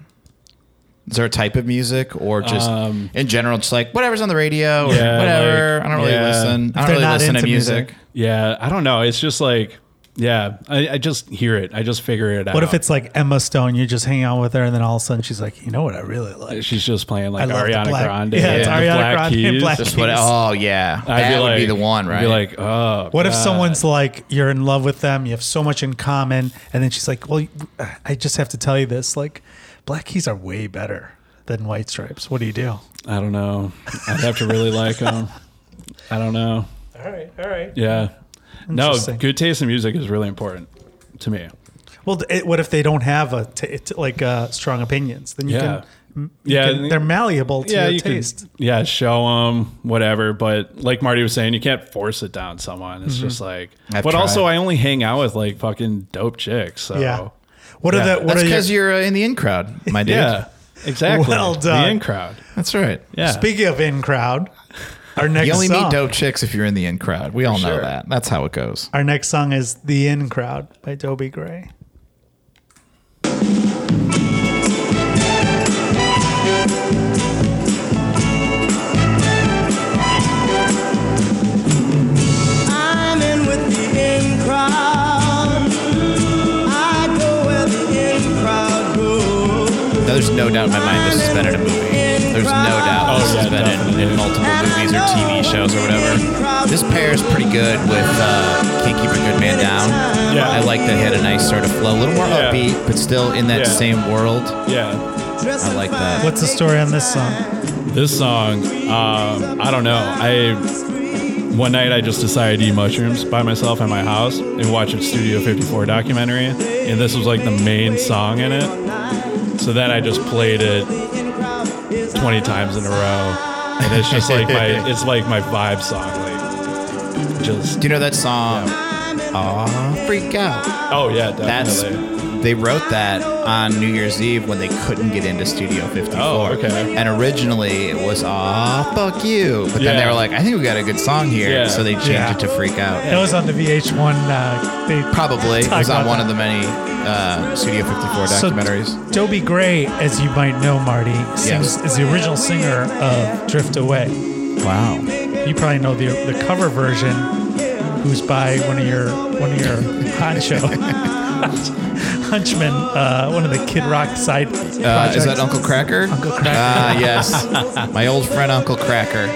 Is there a type of music or just in general, just like whatever's on the radio or
Um, Yeah,
whatever?
like-
I don't really
yeah.
listen. I
If
don't
they're
really
not
listen to
into
music.
music.
Yeah, I don't know. It's just like, yeah, I, I just hear it. I just figure it out.
what if it's like Emma Stone? You just hang out with her and then all of a sudden she's like, you know what I really like?
she's just playing
I
like
love the
Ariana
black-
Grande?
yeah, it's
and the
Ariana
Black
Grande and
Keys?
Black
Just what? Oh yeah,
[laughs]
I'd
that would
like-
be the one, right?
I'd be like, oh,
What if someone's like, you're in love with them, you have so much in common, and then she's like, well, I just have to tell you this, like, black keys are way better than white stripes. What do you do? All
I don't know. I'd have to really like them. I don't know.
right, all right.
Yeah, no,
Interesting.
good taste in music is really important to me.
Well, it, what if they don't have a t- it, like uh, strong opinions? Then you
Yeah.
can you
Yeah.
can- they're malleable to your
could-
taste.
yeah, show them whatever. But like Marty was saying, you can't force it down someone.
Mm-hmm.
It's just like.
I've
but also,
tried.
I only hang out with like fucking dope chicks. So.
yeah. What
Yeah.
are the
That's
what are your,
because you're uh, in the in crowd, my dude.
Yeah. Exactly.
Well
The
done.
in crowd.
That's right.
Yeah.
Speaking of in
[laughs]
crowd, our next
You only
song,
meet dope chicks if you're in the in crowd. We all know
sure.
that. That's how it goes.
Our next song is "The In Crowd" by Dobie Gray.
I'm in with the in crowd. I go where the in crowd goes.
No, there's no doubt in my mind this has been in a movie. There's no doubt this
Oh,
has
yeah,
been in, in multiple movies or TV shows or whatever. This pairs pretty good with uh, Can't Keep a Good Man Down.
Yeah.
I like that it had a nice sort of flow, a little more
Yeah.
upbeat, but still in that
Yeah.
same world.
Yeah.
I like that.
What's the story on this song?
This song, um, I don't know. I one night I just decided to eat mushrooms by myself at my house and watch a Studio 54 documentary, and this was like the main song in it. So then I just played it 20 times in a row, and it's just like my it's like my vibe song. Like just
Do you know that song? Aw, freak out.
oh yeah, definitely.
That's they wrote that on New Year's Eve when they couldn't get into Studio 54.
Oh, okay.
And originally it was Aw, fuck you. But then they
Yeah.
were like, I think we got a good song here,
Yeah.
so they changed
Yeah.
it to Freak Out.
It was on the VH1. Uh, they
Probably. It
talk
was on
about
one
that.
of the many uh, Studio 54 documentaries.
So, Dobie Gray, as you might know, Marty, sings, is the original singer of Drift Away.
wow.
You probably know the the cover version, who's by one of your one of your [laughs] honcho hunchman, uh, one of the Kid Rock side.
Uh, is
projects.
that Uncle Cracker? Uncle Cracker. Ah, yes. My old friend Uncle Cracker.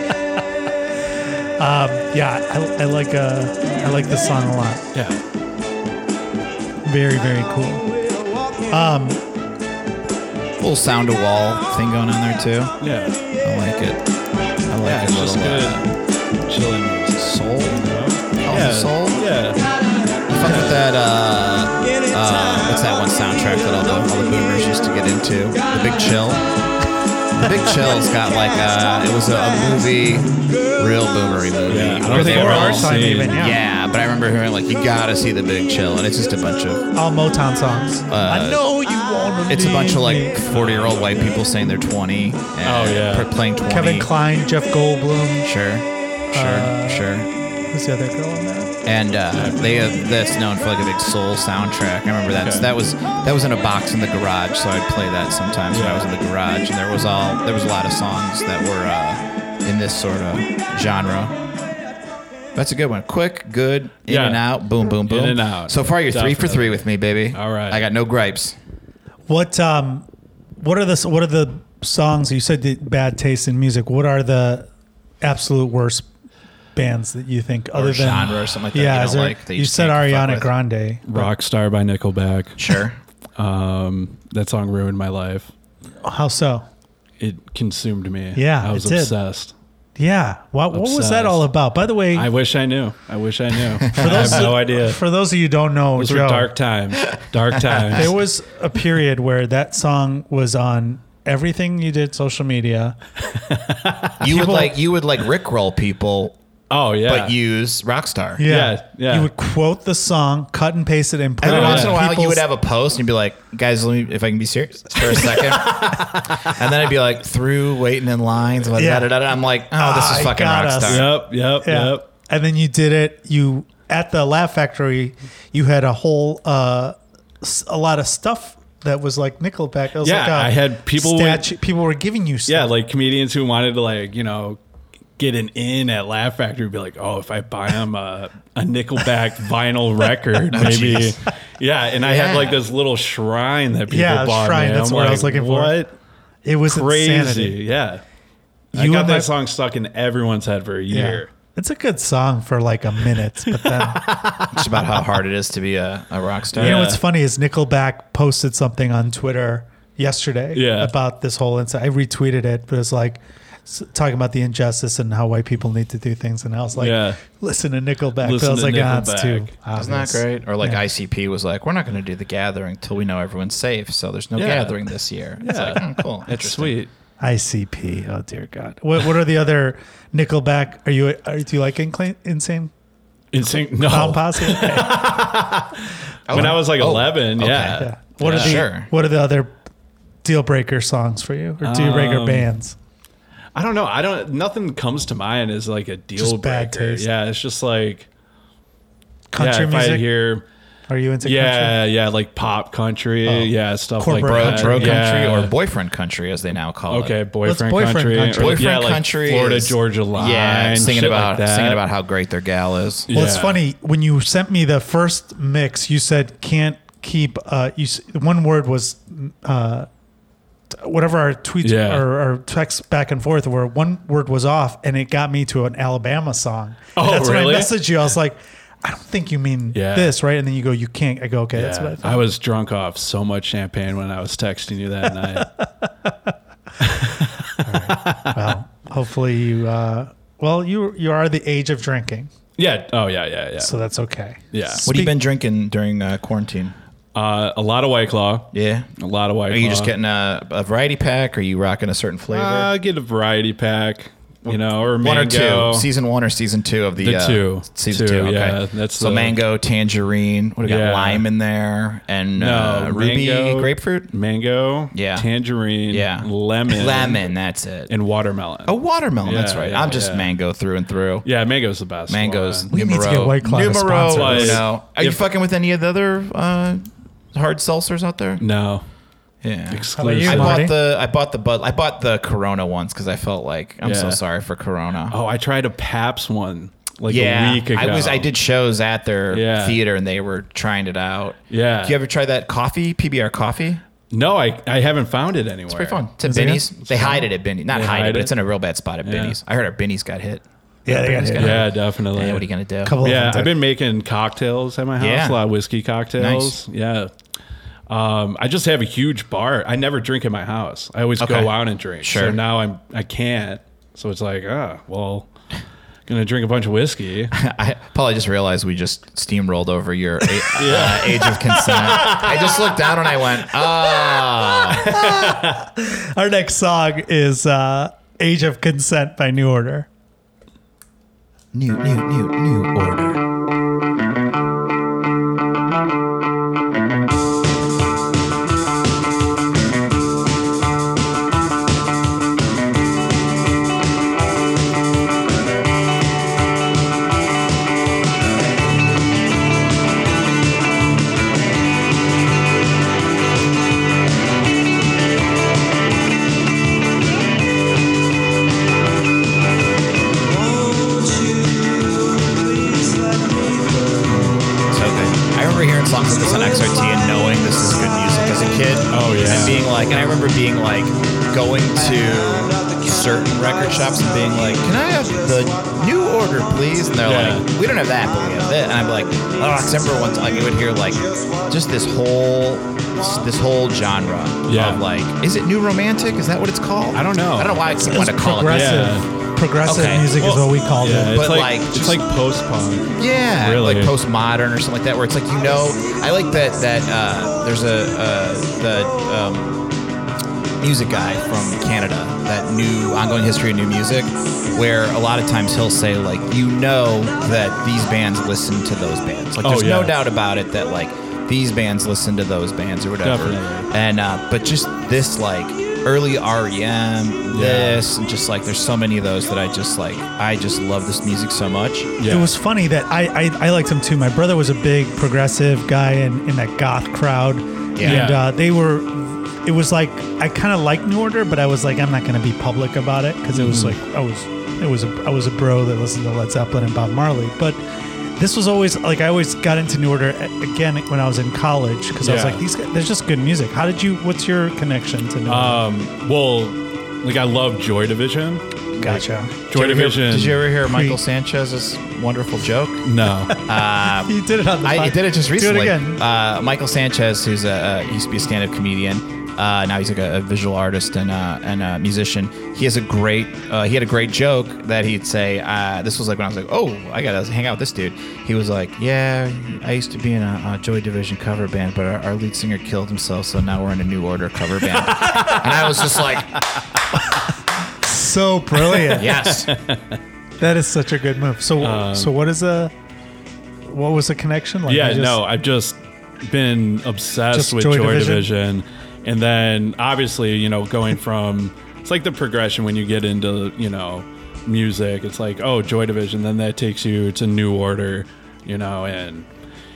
Yeah, I, I like uh, I like this song a lot.
yeah.
Very very cool.
Little sound to wall thing going on there, too.
Yeah.
I like it. I like
Yeah,
it
it's
a
just
little. uh,
good chilling music.
soul?
Yeah.
soul?
Yeah.
I fuck with that, uh, uh, what's that one soundtrack that all the, all the boomers used to get into? The Big Chill? The Big Chill's got like, uh, it was a, a movie, real boomery movie.
Yeah. I don't
where
think
they
I've
were
ever
all
time
seen-
even yeah.
Yeah, but I remember hearing like you gotta see the Big Chill, and it's just a bunch of
All Motown songs. I know you
Uh,
want to.
it's a bunch of like forty year old white people saying they're twenty. And
Oh, yeah.
pr- playing twenty.
Kevin Klein, Jeff Goldblum.
Sure, sure,
Uh,
sure.
Who's the other girl on that?
And uh, they uh, that's known for like a big soul soundtrack. I remember that. So
Okay.
that was that was in a box in the garage, so I'd play that sometimes when I was in the garage. And there was all there was a lot of songs that were uh, in this sort of genre. That's a good one. Quick, good, in
Yeah.
and out, boom, boom, boom.
and out.
So far, you're three for three
Definitely.
with me, baby.
All right.
I got no gripes.
What um, what are the what are the songs you said the bad taste in music? What are the absolute worst bands that you think other
or
than
genre or something like that
yeah?
you
is
don't
there-
like that
you
just
said
can't keep up
Ariana
with.
Grande.
Rockstar by Nickelback.
Sure.
Um, that song ruined my life.
How so?
It consumed me.
Yeah,
I was
it did.
obsessed.
Yeah. What what was that
Obsessed.
all about? By the way,
I wish I knew. I wish
[laughs]
I knew. I
those-
have
[laughs]
no idea.
for those of you who don't know,
Those
Joe,
were dark times.
[laughs]
Dark times.
there was a period where that song was on everything you did, social media.
[laughs]
You would like you would like Rickroll people,
oh yeah.
but use Rockstar.
Yeah, yeah.
You would quote the song, cut and paste it, and put
Every
it
once
on
in a while, you would
people's-
have a post and you'd be like, "Guys, let me if I can be serious for a [laughs] second. and then I'd be like, through waiting in lines. blah,
Yeah.
blah, blah, blah. I'm like, "Oh, this
Ah,
is
I
fucking
got us.
Rockstar."
Yep. Yep.
Yeah.
Yep.
And then you did it. You at the Laugh Factory, you had a whole uh, s- a lot of stuff that was like Nickelback. It was
Yeah,
like a
I had people would-
Statue, people were giving you stuff.
Yeah, like comedians who wanted to like you know get an in at Laugh Factory would be like, oh, if I buy them a,
[laughs]
a Nickelback vinyl record,
Oh,
maybe. Yeah, and I had
Yeah.
like this little shrine that people
Yeah,
bought.
shrine,
me.
that's
I'm
what I
like,
was looking for.
What
it was
crazy?
insanity.
Yeah. I
You
got
and
that
my-
song stuck in everyone's head for a
Yeah.
year.
It's a good song for like a minute, but
[laughs]
then
It's about how hard it is to be a, a rock star.
you know
Yeah.
what's funny is Nickelback posted something on Twitter yesterday
Yeah.
about this whole incident. I retweeted it, but it's like s- talking about the injustice and how white people need to do things, and I was like,
Yeah.
listen to Nickelback. but
Listen
I was
to
like, ah, it's too.
Nickelback.
Isn't that
obvious."
great? Or like ICP was like, we're not going to do the gathering till we know everyone's safe. So there's no
Yeah.
gathering this year. It's like, oh, cool.
It's
Interesting.
sweet.
ICP. Oh dear God. What What are the other Nickelback? Are you are, Do you like Incla- Insane
Insane. No.
Clown
[laughs]
Posse? Okay.
Oh,
When I was like
oh,
11,
okay.
yeah.
Yeah. What are
Yeah.
the
Sure.
What are the other deal breaker songs for you or deal breaker
Um,
bands?
I don't know. I don't. Nothing comes to mind as like a deal
Just
breaker.
bad taste.
Yeah, it's just like
Country
yeah. If I
music.
hear
are you into
yeah, yeah, like pop country, yeah, stuff like
Corporate
that.
country.
Bro Oh. country
yeah.
or boyfriend country, as they now call it.
Okay, boyfriend,
boyfriend
country.
country?
or-
Boyfriend
yeah, like
country.
Florida
is-
Georgia line.
Yeah. Singing
shit
about,
like that.
singing about how great their gal is.
Well, it's
Yeah.
funny when you sent me the first mix. You said can't keep. Uh, you s- one word was uh, t- whatever our tweets
Yeah.
or our texts back and forth were. One word was off, and it got me to an Alabama song. And
Oh,
that's
really?
when I messaged you. I was like, I don't think you mean
Yeah.
this, right? And then you go, you can't. I go, okay, that's what I
Yeah.
thought.
I was drunk off so much champagne when I was texting you that
[laughs]
night.
Well, hopefully you. Uh, well, you you are the age of drinking,
Yeah. Oh yeah, yeah, yeah.
so that's okay.
yeah.
What have you
Speak-
been drinking during uh, quarantine?
Uh, a lot of white claw.
Yeah.
A lot of white.
Are you just
Claw.
getting a, a variety pack? Or are you rocking a certain flavor?
Uh, get a variety pack, you know, or
one or
mango.
two, season one or season two of the,
The
uh,
two.
season two.
Two,
okay.
yeah, that's
so
the-
mango, tangerine. What do we got?
Yeah.
Lime in there and uh, ruby,
mango,
grapefruit.
mango,
Yeah.
tangerine,
Yeah,
lemon,
lemon. Oh. That's it.
and watermelon.
a watermelon. that's
Yeah,
right.
yeah,
I'm just
yeah.
mango through and through.
yeah, mango's the best.
Mangoes.
one.
We need to
numero,
get White Claw to
numero
sponsor
us.
uno. Are you
If-
fucking with any of the other uh, hard seltzers out there?
No,
Yeah.
about you,
exclusive.
I
Marty?
bought the I bought the Bud I bought the Corona once because I felt like I'm so
Yeah.
sorry for Corona.
oh, I tried a Paps one like
yeah,
a week ago.
I was I did shows at their
Yeah.
theater and they were trying it out.
Yeah.
Do you ever try that coffee PBR coffee?
No, I I haven't found it anywhere.
Pretty fun. It's at
Is it good?
Binny's. They hide it at Binny. Not
They
hide, it,
hide
but
it?
it's in a real bad spot at
Yeah.
Binny's. I heard our Binny's got hit.
Yeah, they got hit.
Yeah, definitely.
Yeah, what are you gonna do?
Couple of
Yeah,
them did.
I've been making cocktails at my house.
Yeah.
A lot of whiskey cocktails. Yeah. Um, I just have a huge bar. I never drink in my house. I always
Okay.
go out and drink.
Sure.
So now I'm I can't. So it's like, ah, well, gonna drink a bunch
[laughs]
of whiskey.
[laughs] I probably just realized we just steamrolled over your
[laughs]
a, uh, age of consent. I just looked down and I went, oh,
Our next song is uh, "Age of Consent" by New Order.
new, new, new, new order. So good. I remember hearing songs like this on XRT and knowing this is good music as a kid.
Oh, yeah.
And being like, and I remember being like, going to certain record shops and being like, can I have the new order, please? And they're
Yeah.
like, we don't have that, but we have this. And I'm like, oh, I remember once, like, I would hear like, just this whole, this whole genre
Yeah.
of like, is it new romantic? Is that what it's called?
I don't know.
I don't know why I keep wanting to call it.
progressive, progressive
Okay.
music is
Well,
what we called
Yeah,
it.
it's
But,
like,
like,
it's like post punk.
Yeah,
Really?
like postmodern or something like that, where it's like you know, I like that that uh, there's a uh, the um, music guy from Canada, that new ongoing history of new music, where a lot of times he'll say like you know that these bands listen to those bands, like
Oh,
there's no
yeah.
doubt about it that like these bands listen to those bands or whatever,
Definitely.
and uh, but just this like early REM, this and just like there's so many of those that I just like I just love this music so much.
Yeah.
It was funny that I, I I liked him too. My brother was a big progressive guy in, in that goth crowd, and
Yeah.
uh, they were. It was like I kind of liked New Order, but I was like I'm not going to be public about it because it was like I was it was a, I was a bro that listened to Led Zeppelin and Bob Marley, but. This was always like I always got into New Order a- again when I was in college because I was
Yeah.
like these guys, there's just good music. How did you? What's your connection to New Order?
Well, like I love Joy Division.
gotcha.
Joy
Did you ever
Division.
hear- Did you ever hear Michael
Creep.
Sanchez's wonderful joke?
[laughs]
No.
You did it on the.
I
pod-
did it just
Do
recently.
it again.
Uh, Michael Sanchez, who's a uh, used to be a stand-up comedian, Uh, now he's like a, a visual artist and uh, and a musician. He has a great uh, he had a great joke that he'd say. Uh, this was like when I was like, oh, I gotta hang out with this dude. He was like, yeah, I used to be in a, a Joy Division cover band, but our, our lead singer killed himself, so now we're in a New Order cover band. and I was just like,
So brilliant.
yes.
That is such a good move. So, so what is the, what was the connection? Like,
Um, yeah,
I just-
no, I've just been obsessed
Just
with
Joy
Joy,
Division?
Division. and then obviously, you know, going from it's like the progression when you get into you know music. It's like oh, Joy Division, then that takes you to New Order, you know, and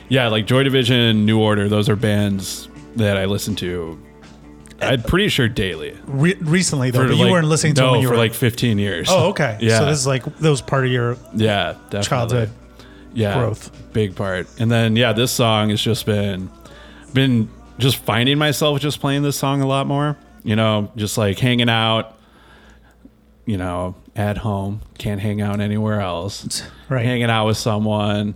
yeah, like Joy Division, New Order, those are bands that I listen to. I'm pretty sure daily.
Re- recently though,
For,
but you
like-
weren't listening to
no,
it when you
for
were
like 15 years.
Oh, okay.
[laughs] Yeah.
So this is like that was part of your
yeah, definitely.
childhood.
yeah,
growth.
big part. And then yeah, this song has just been been just finding myself just playing this song a lot more. You know, just like hanging out. You know, at home can't hang out anywhere else.
Right.
hanging out with someone,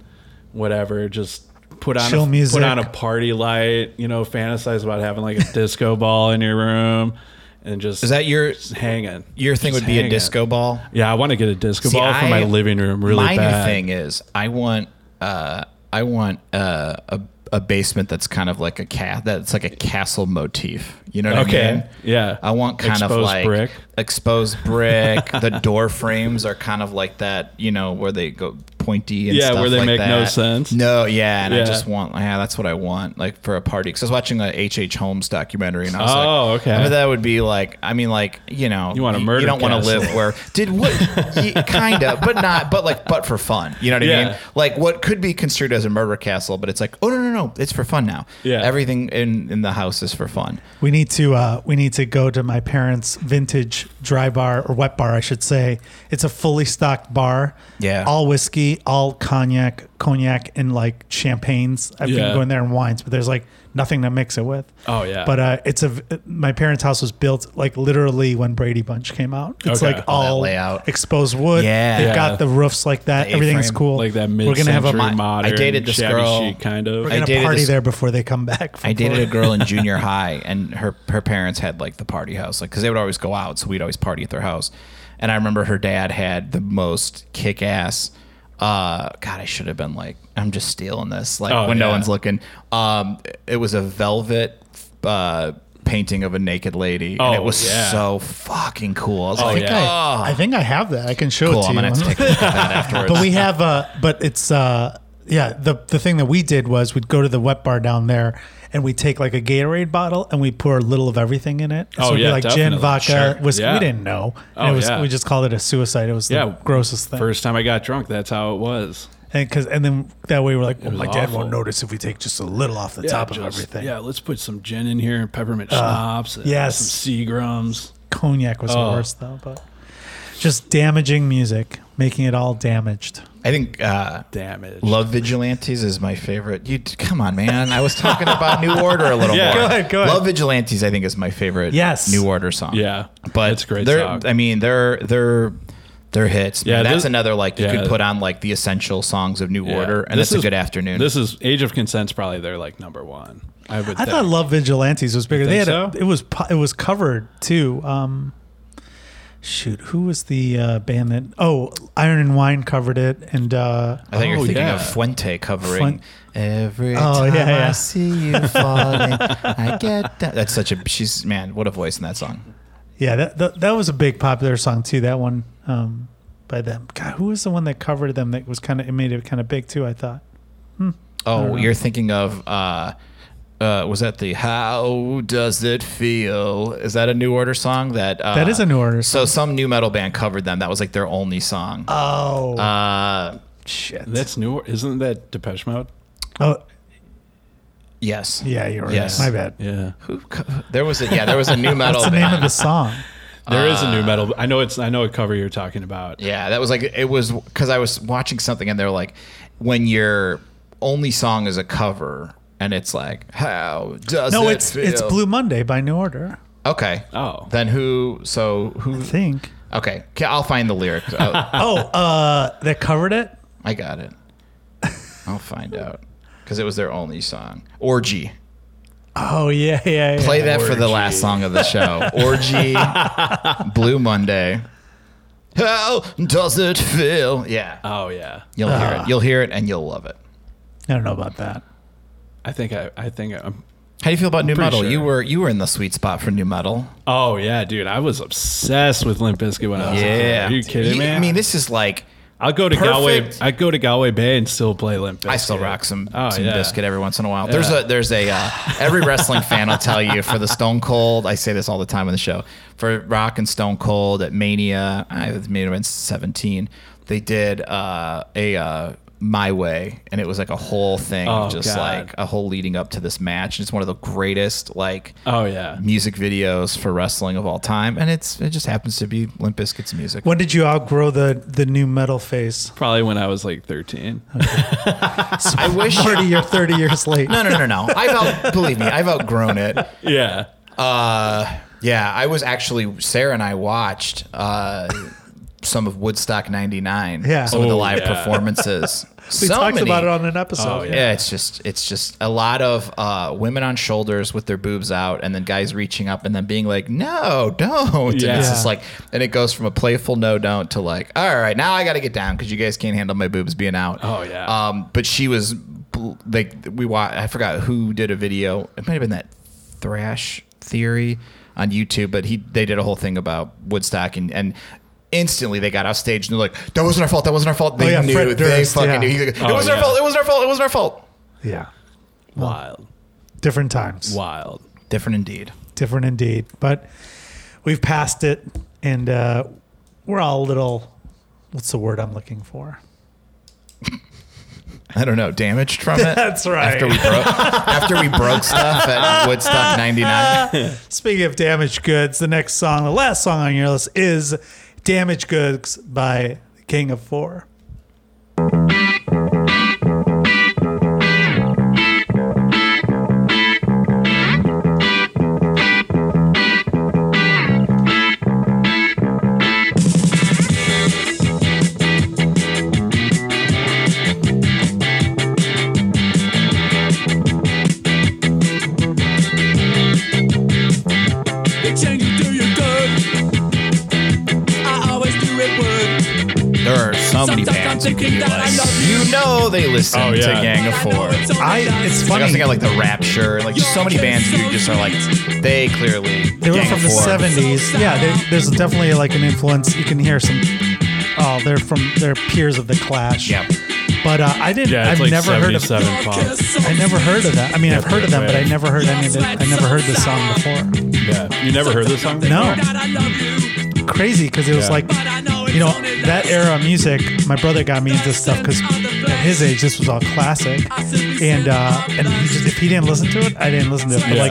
whatever. Just put on
Chill
a,
music.
Put on a party light. You know, fantasize about having like
[laughs]
a disco ball in your room, and just
Is that your
just hanging.
your thing
Just
would be a
hanging.
disco ball?
Yeah, I want to get a disco
See,
ball for my
I-
living room. Really
my
bad.
new thing is I want uh, I want uh, a a basement that's kind of like a cat that's like a castle motif. You know what
Okay,
I mean?
yeah.
I want kind of
Exposed
like
brick.
exposed
[laughs]
brick. the door frames are kind of like that. You know where they go pointy and
Yeah,
stuff
where they
like
make no
that.
sense.
No, yeah, and I
Yeah.
just want yeah, that's what I want like for a party. Because I was watching a H. H. Holmes documentary and I was like,
Oh, okay.
I mean, that would be like I mean like you know
You want a
y-
murder
You don't want to
castle.
live [laughs] where did what kind of but not but like but for fun you know what i
Yeah.
mean like what could be construed as a murder castle but it's like oh no no no it's for fun now
Yeah.
everything in in the house is for fun
We need to uh, we need to go to my parents' vintage dry bar or wet bar, I should say. It's a fully stocked bar.
Yeah.
All whiskey, all cognac, cognac, and like champagnes. I've
Yeah.
been going there and wines, but there's like nothing to mix it with.
Oh, yeah.
But uh, it's a my parents' house was built like literally when Brady Bunch came out. It's
Okay.
like
Oh,
that
all
layout.
exposed wood.
Yeah.
They've
Yeah.
got the roofs like that.
The
Everything's
A-frame,
cool.
like that
We're gonna have a
mid-century
My-
modern.
I dated this
shabby
girl-
chic kind
we're
of.
gonna
dated
party
this-
there before they come back. from
i dated a
Florida.
[laughs]
girl in junior high and her her parents had like the party house like because they would always go out so we'd always party at their house and i remember her dad had the most kick-ass uh god i should have been like i'm just stealing this like
Oh,
when no
yeah.
one's looking um it was a velvet uh painting of a naked lady and
Oh,
it was
yeah.
so fucking cool i was like
yeah.
oh
I think I have that. I can show
cool
it to
i'm
you.
gonna have to take a look at that
[laughs]
afterwards
but we have uh but it's uh yeah the the thing that we did was we'd go to the wet bar down there and we take like a Gatorade bottle and we pour a little of everything in it.
Oh,
it'd
yeah,
like gin,
definitely.
vodka,
Sure.
whiskey.
Yeah.
We didn't know. And
Oh,
it was,
yeah.
We just called it a suicide. It was the
Yeah.
grossest thing.
First time I got drunk, that's how it was.
And, cause, and then that way we're like, well,
was
my dad
awful.
won't notice if we take just a little off the top of
just-
everything.
Yeah, let's put some gin in here and peppermint schnapps. And
yes.
some Seagrams.
Cognac was
Oh.
the worst though, but just damaging music, making it all damaged.
i think uh
Damn it.
Love Vigilantes is my favorite. You come on, man. I was talking about New Order a little
[laughs] Yeah.
more.
Go
ahead, go ahead.
Love Vigilantes, I think, is my favorite.
Yes.
New Order song.
Yeah,
but
it's a great
They're,
song.
I mean, they're they're they're hits. Yeah,
Yeah,
that's
this-
another like you
yeah.
could put on like the essential songs of New
Yeah.
Order, and
This
that's
is-
a good afternoon.
This is Age of Consent's probably their like number one. I would.
I
think.
thought Love Vigilantes was bigger. They had
think
a,
so?
it was pu- it was covered too. Um, shoot, who was the uh, band that? Oh, Iron and Wine covered it, and uh,
I think
Oh,
you're thinking
yeah.
of Fuente covering
Fuen-
every
Oh,
time
yeah, yeah.
I see you falling. I get that. That's such a she's man. What a voice in that song.
yeah, that, that that was a big popular song too. That one um, by them. God, who was the one that covered them? That was kind of it made it kind of big too. I thought.
Oh, you're thinking of uh, uh, was that the How Does It Feel? Is that a New Order song? That uh,
That is a New Order
So some new metal band covered them. That was like their only song.
Oh,
Uh, shit.
that's new. Isn't that Depeche Mode?
oh
yes.
yeah, you're right.
Yes.
My bad.
Yeah,
Who co- There was a yeah. There was a
[laughs]
new metal.
What's the
band.
name of
[laughs]
the song?
there is a new metal. I know it's. I know a cover you're talking about.
Ah. Yeah, that was like it was because I was watching something and they're like, when your only song is a cover and it's like, how does
No,
it
it's it's
feel?"
Blue Monday by New Order.
Okay.
Oh.
Then who? So
I
who? [laughs]
think.
Okay, Okay, I'll find the lyrics.
[laughs]
Uh,
Oh, uh, that covered it.
I got it. I'll find out because it was their only song. Orgy.
Oh yeah, yeah. yeah.
Play that for the last song of the show. [laughs] Orgy, Blue Monday. How does it feel? Yeah,
Oh yeah,
you'll hear it. You'll hear it, and you'll love it.
I don't know about that.
I think I, I think I'm.
How do you feel about new
pretty
metal?
sure.
You were you were in the sweet spot for new metal.
Oh yeah, dude, I was obsessed with Limp Bizkit when I was. a kid.
Yeah,
are you kidding me?
I mean, this is like
I'll go to Galway.
perfect.
I go to Galway Bay and still play Limp. Bizkit.
I still rock some,
Oh,
some
yeah.
biscuit every once in a while. There's a
Yeah.
there's a uh, every wrestling fan will tell you
[laughs]
for the Stone Cold. I say this all the time on the show for Rock and Stone Cold at Mania. I was Mania in seventeen. They did uh, a uh, My Way, and it was like a whole thing,
Oh,
just
God.
like a whole leading up to this match. It's one of the greatest like
Oh yeah.
music videos for wrestling of all time, and it's it just happens to be Limp Bizkit's music.
When did you outgrow the the new metal
[laughs]
phase?
Probably when I was like 13.
I wish.
Thirty or thirty years late.
No, no, no, no. I've out, believe me, I've outgrown it.
[laughs] yeah.
Uh, yeah, I was actually Sarah and I watched uh, some of Woodstock '99.
Yeah.
some of the
Oh,
live
yeah.
performances.
[laughs] We
so
talked
many.
about it on an episode.
Oh,
yeah, it's just it's just a lot of uh, women on shoulders with their boobs out, and then guys reaching up and then being like, "No, don't." And
Yeah.
it's just
Yeah.
like, and it goes from a playful "No, don't" to like, "All right, now I got to get down because you guys can't handle my boobs being out."
Oh, yeah.
Um, but she was bl- like, we wa I forgot who did a video. It might have been that Thrash Theory on YouTube, but he they did a whole thing about Woodstock and and. Instantly, they got off stage and they're like, "That wasn't our fault. That wasn't our fault." They
yeah,
knew.
Fred
they
Durst,
fucking
yeah.
knew. He's like, [laughs] it
Oh,
wasn't our
yeah.
fault. It wasn't our fault. It wasn't our fault.
yeah.
Wild.
Different times.
Wild.
Different indeed.
Different indeed. But we've passed it, and uh, we're all a little. What's the word I'm looking for?
I don't know, damaged from it.
That's
[laughs]
right.
After we broke, after we broke stuff at Woodstock '99.
Speaking of damaged goods, the next song, the last song on your list is "Damaged Goods" by King of Four.
There are so many bands you could do like. You know they listen
Oh, yeah.
to Gang of Four. Like,
I. It's funny.
I was thinking like the Rapture, like so many bands you just are like, they clearly
They were
Gang
from
of
the
Four.
seventies. Yeah, there- there's definitely like an influence. You can hear some. Oh, they're from they're peers of the Clash.
Yeah.
But uh, I didn't.
Yeah,
I've
it's like
never heard of.
77 punk.
I never heard of that. I mean, I've heard of them, but I never heard any of the, I never heard the song before.
Yeah. You never heard this song?
No, crazy because it was
Yeah.
like, you know, that era of music. My brother got me into stuff because at his age, this was all classic, and uh, and he just, if he didn't listen to it, I didn't listen to it. But
Yeah.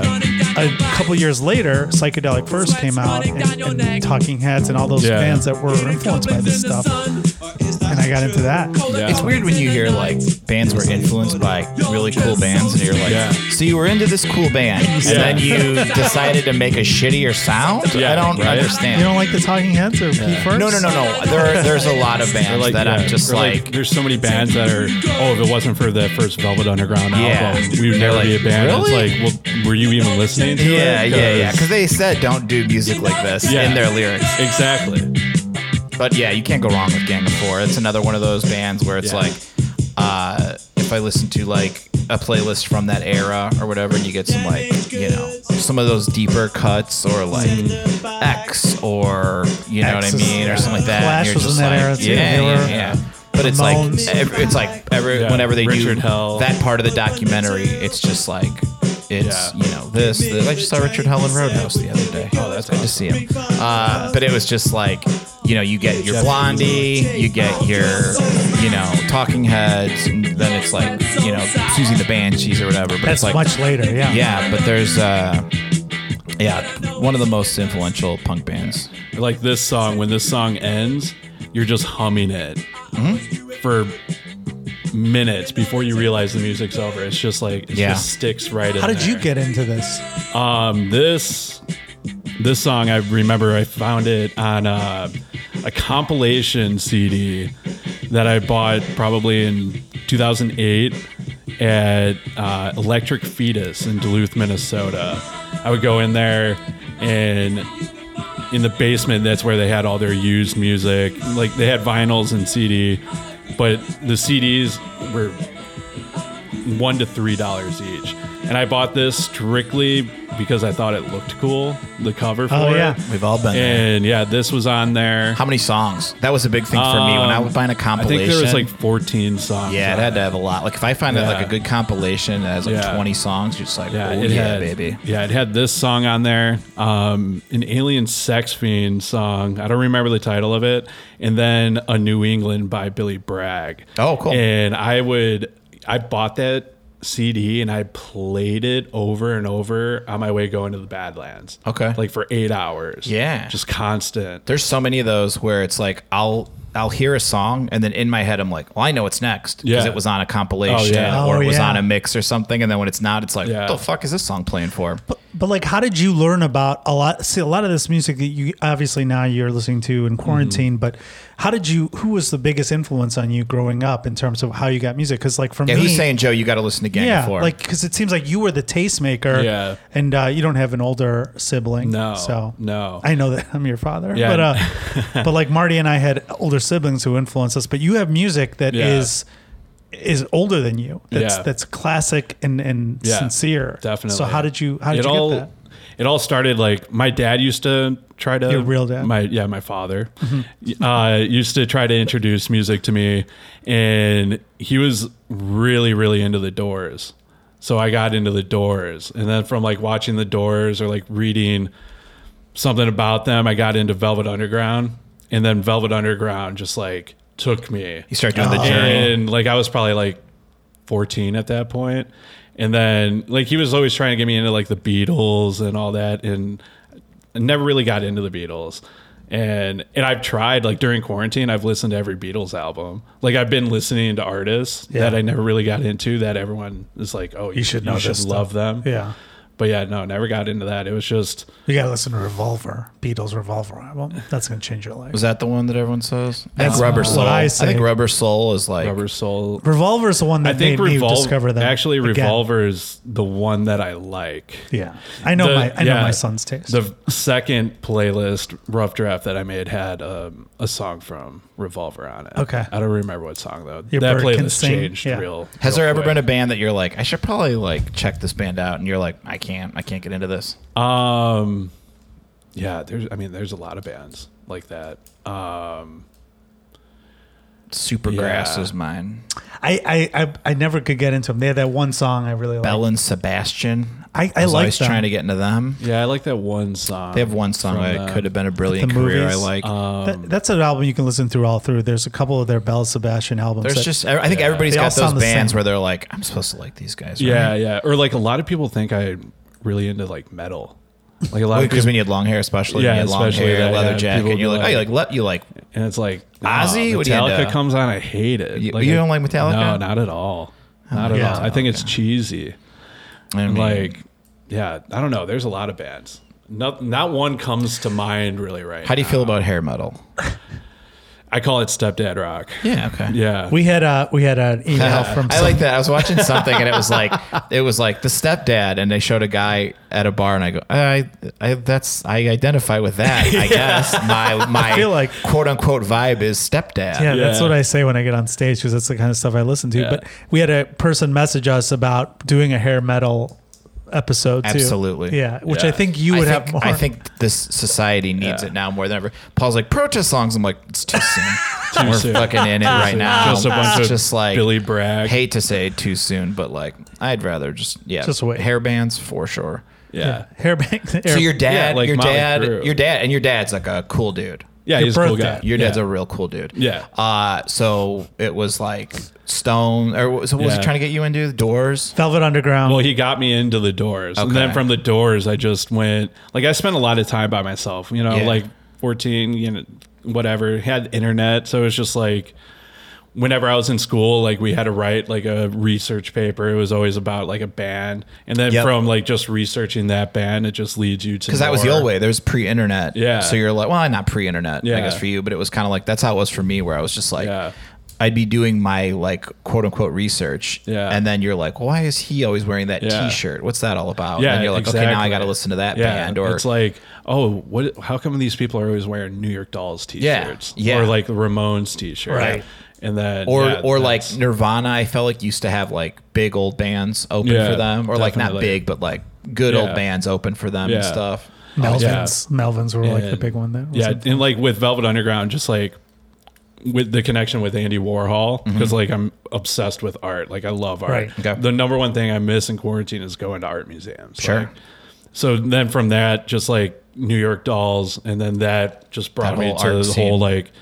like a couple years later, psychedelic first came out, and, and Talking Heads and all those
Yeah.
bands that were influenced by this stuff, and I got into that.
Yeah.
It's weird when you hear like bands were influenced by really cool bands, and you're like,
Yeah.
so you were into this cool band, and
Yeah.
then you decided to make a shittier sound.
Yeah,
I don't
right?
understand.
You don't like the Talking Heads or P First?
No, no, no, no. There, there's a lot of
Or
bands
like,
that
yeah,
I'm just
or
like,
there's so many bands that are oh if it wasn't for that first Velvet Underground
Yeah.
album we would
They're
never be
like,
a band
really?
it's like well were you even listening to
yeah,
it
yeah,
uh,
yeah. Because they said don't do music like this
Yeah.
in their lyrics.
exactly
But yeah, you can't go wrong with Gang of Four. It's another one of those bands where it's
Yeah.
like, uh, if I listen to like a playlist from that era or whatever, and you get some like, you know, some of those deeper cuts or like X or you know
X
what
is-
I mean or something like that.
Clash
You're
was in
just
that
like,
era, too.
Yeah,
They were-
yeah, yeah. But it's like
Ramones.
ev- it's like every,
Yeah,
whenever they
Richard
do
Hell.
that part of the documentary, it's just like it's
Yeah.
you know this, this. I just saw Richard Hell in Roadhouse the other day. Oh,
that's
good to see him. Uh, but it was just like you know you get your
Jeff
Blondie, you get your you know Talking Heads, and then it's like you know Susie the Banshees or whatever. But
That's
it's like
much later. Yeah.
yeah, but there's uh, yeah one of the most influential punk bands.
like this song when this song ends you're just humming it for minutes before you realize the music's over it's just like it
Yeah.
just sticks right in
How did you
there.
get into this?
Um, this this song I remember I found it on uh, a compilation CD that I bought probably in 2008, at uh, Electric Fetus in Duluth, Minnesota. I would go in there and in the basement, that's where they had all their used music. Like they had vinyls and CD, but the CDs were one to three dollars each. And I bought this strictly because I thought it looked cool, the cover for
Oh, yeah.
it.
We've all been there.
And yeah, this was on there.
How many songs? That was a big thing for me when I would find a
Um, I
compilation.
think there was like 14 songs.
yeah, it
on
had to have a lot. Like if I find like
Yeah.
a good compilation that has like
Yeah.
20 songs, you're just like,
Yeah,
oh
it
yeah,
had,
baby.
Yeah, it had this song on there, um, an Alien Sex Fiend song. I don't remember the title of it, and then a New England by Billy Bragg.
Oh, cool.
And I would, I bought that CD and I played it over and over on my way going to the Badlands.
Okay.
like for eight hours.
Yeah.
just constant.
There's so many of those where it's like I'll I'll hear a song and then in my head I'm like, well, I know what's next because
Yeah.
it was on a compilation
Oh, yeah.
or
Oh,
it was
yeah.
on a mix or something, and then when it's not, it's like,
Yeah.
what the fuck is this song playing for?
But like, how did you learn about a lot? See, a lot of this music that you obviously now you're listening to in
Mm-hmm.
quarantine. But how did you? Who was the biggest influence on you growing up in terms of how you got music? Because like for
Yeah,
me,
who's saying Joe? You got to listen to Gang
yeah,
before.
like because it seems like you were the tastemaker.
Yeah.
and uh, you don't have an older sibling.
No,
so
no.
I know that [laughs] I'm your father.
Yeah.
but uh, [laughs] but like Marty and I had older siblings who influenced us. But you have music that is
Yeah.
is. older than you. That's
Yeah.
that's classic and and
Yeah,
sincere.
Definitely.
So how did you how did
it
you
all,
get that?
It all started like my dad used to try to
Your real dad? Mm-hmm.
My yeah, my father uh, used to try to introduce music to me, and he was really really into the Doors. So I got into the Doors, and then from like watching the Doors or like reading something about them, I got into Velvet Underground, and then Velvet Underground just like took me.
you start doing
Oh.
the journey.
And like I was probably like 14 at that point. And then like he was always trying to get me into like the Beatles and all that and I never really got into the Beatles. And and I've tried like during quarantine I've listened to every Beatles album. Like I've been listening to artists that I never really got into that everyone is like, "Oh, you,
should
should
know
you should
this
love
stuff.
them."
Yeah.
But yeah, no, never got into that. It was just
You gotta listen to Revolver, Beatles Revolver album. That's gonna change your life.
Was that the one that everyone says? I think
That's
Rubber
what
Soul.
I
I,
say.
think Rubber Soul is like
Rubber Soul.
Revolver's the one
I
that
think
made me discover
Revolver
that.
actually
again.
Revolver is the one that I like.
Yeah, I know
The-
my I know
yeah.
my son's taste.
The second playlist, rough draft that I made had um, a song from Revolver on it.
Okay.
I don't remember what song though.
Your
that
bird can
playlist
sing.
changed
Yeah.
real.
Has
real
there ever
quick.
been a band that you're like, I should probably like check this band out, and you're like, I can't, I can't get into this.
Um, yeah, there's. I mean, there's a lot of bands like that. Um,
Supergrass
Yeah.
was mine.
I, I I I never could get into them. They had that one song I really liked.
Bell and Sebastian.
I- I
was
like
always
them.
trying to get into them.
yeah, I like that one song.
They have one song
from
that
the-
could have been a brilliant
the
career. I
movies. Uh,
like.
That- that's an album you can listen through all through. There's a couple of their Bell Sebastian albums.
There's
that-
just, I think everybody's
They all
got those
sound the
bands
same.
where they're like, I'm supposed to like these guys.
Yeah, yeah. Or like a lot of people think I'm really into like metal. Like a lot of
Because
people,
when you had long hair, especially
Yeah,
when you had long
especially
hair,
that,
leather
yeah.
jacket,
People
and you're
be
like, oh,
like-
you like, le- you like,
and it's like
Ozzy?
oh,
What do you
Metallica
into?
comes on, I hate it.
You- you
I-
don't like Metallica? Oh,
No, not at all. Not at
Yeah.
all. I think it's cheesy.
I mean,
like yeah i don't know there's a lot of bands not not one comes to mind really right
how do you
now.
feel about hair metal?
i call it stepdad rock
Yeah. Okay.
yeah
we had a we
[laughs]
had an email from
I like that. I was watching something and it was
[laughs]
like it was like the stepdad, and they showed a guy at a bar, and I go, I, I that's I identify with that.
[laughs]
I guess my my
feel like-
quote unquote vibe is stepdad.
Yeah, that's
Yeah.
what I say when I get on stage because that's the kind of stuff I listen to.
Yeah.
But we had a person message us about doing a hair metal episode too.
Absolutely.
Yeah, which I
Yeah.
think you
I
would
think,
have more.
I think this society needs
Yeah.
it now more than ever. Paul's like protest songs. I'm like, it's too soon.
[laughs] Too
We're
soon.
fucking in it right
soon.
now.
Just a bunch
It's
of
just like
Billy Bragg.
Hate to say too soon, but like I'd rather just yeah,
Just wait.
hair bands for sure.
yeah
[laughs] hair bank.
So your dad,
Yeah, like
your
Motley
dad,
Crue.
your dad, and your dad's like a cool dude.
yeah
Your
he's a cool
birthday.
guy
Your dad's
yeah.
a real cool dude.
Yeah.
Uh, so it was like Stone, or what- so what was he
Yeah.
trying to get you into? The Doors.
Velvet Underground.
well, he got me into the doors. And then
Okay.
from the doors, I just went, like, I spent a lot of time by myself, you know,
Yeah.
like 14, you know, whatever, had internet. So it was just like, whenever I was in school, like, we had to write like a research paper. It was always about like a band. And then
Yep.
from like just researching that band, it just leads you to.
Because that was the
more.
old way. There's pre-internet.
Yeah.
So you're like, well, not pre-internet, I
Yeah.
guess for you, but it was kind of like that's how it was for me, where I was just like,
Yeah.
I'd be doing my like quote unquote research,
Yeah.
and then you're like, why is he always wearing that
Yeah.
T-shirt? What's that all about?
Yeah,
and you're like, okay, now I
exactly.
got to listen to that
yeah,
band, or
it's like, oh, what? How come these people are always wearing New York Dolls T-shirts?
yeah.
or like Ramones T-shirt,
Right.
And then
or
yeah,
or like
that's-
Nirvana. I felt like used to have like big old bands open
Yeah,
for them, or like not
definitely.
big, but like good
Yeah.
old bands open for them and
Yeah.
stuff.
Melvins. Melvins were like the
And-
big one. That was
yeah,
yeah.
and like with Velvet Underground, just like with the connection with Andy Warhol, because like I'm obsessed with art. Like I love art.
Right.
Mm-hmm. Okay.
The number one thing I miss in quarantine is going to art museums.
Sure.
Like, so then from that, just like New York Dolls, and then that just brought
That
me
whole
to
art
the
scene.
whole like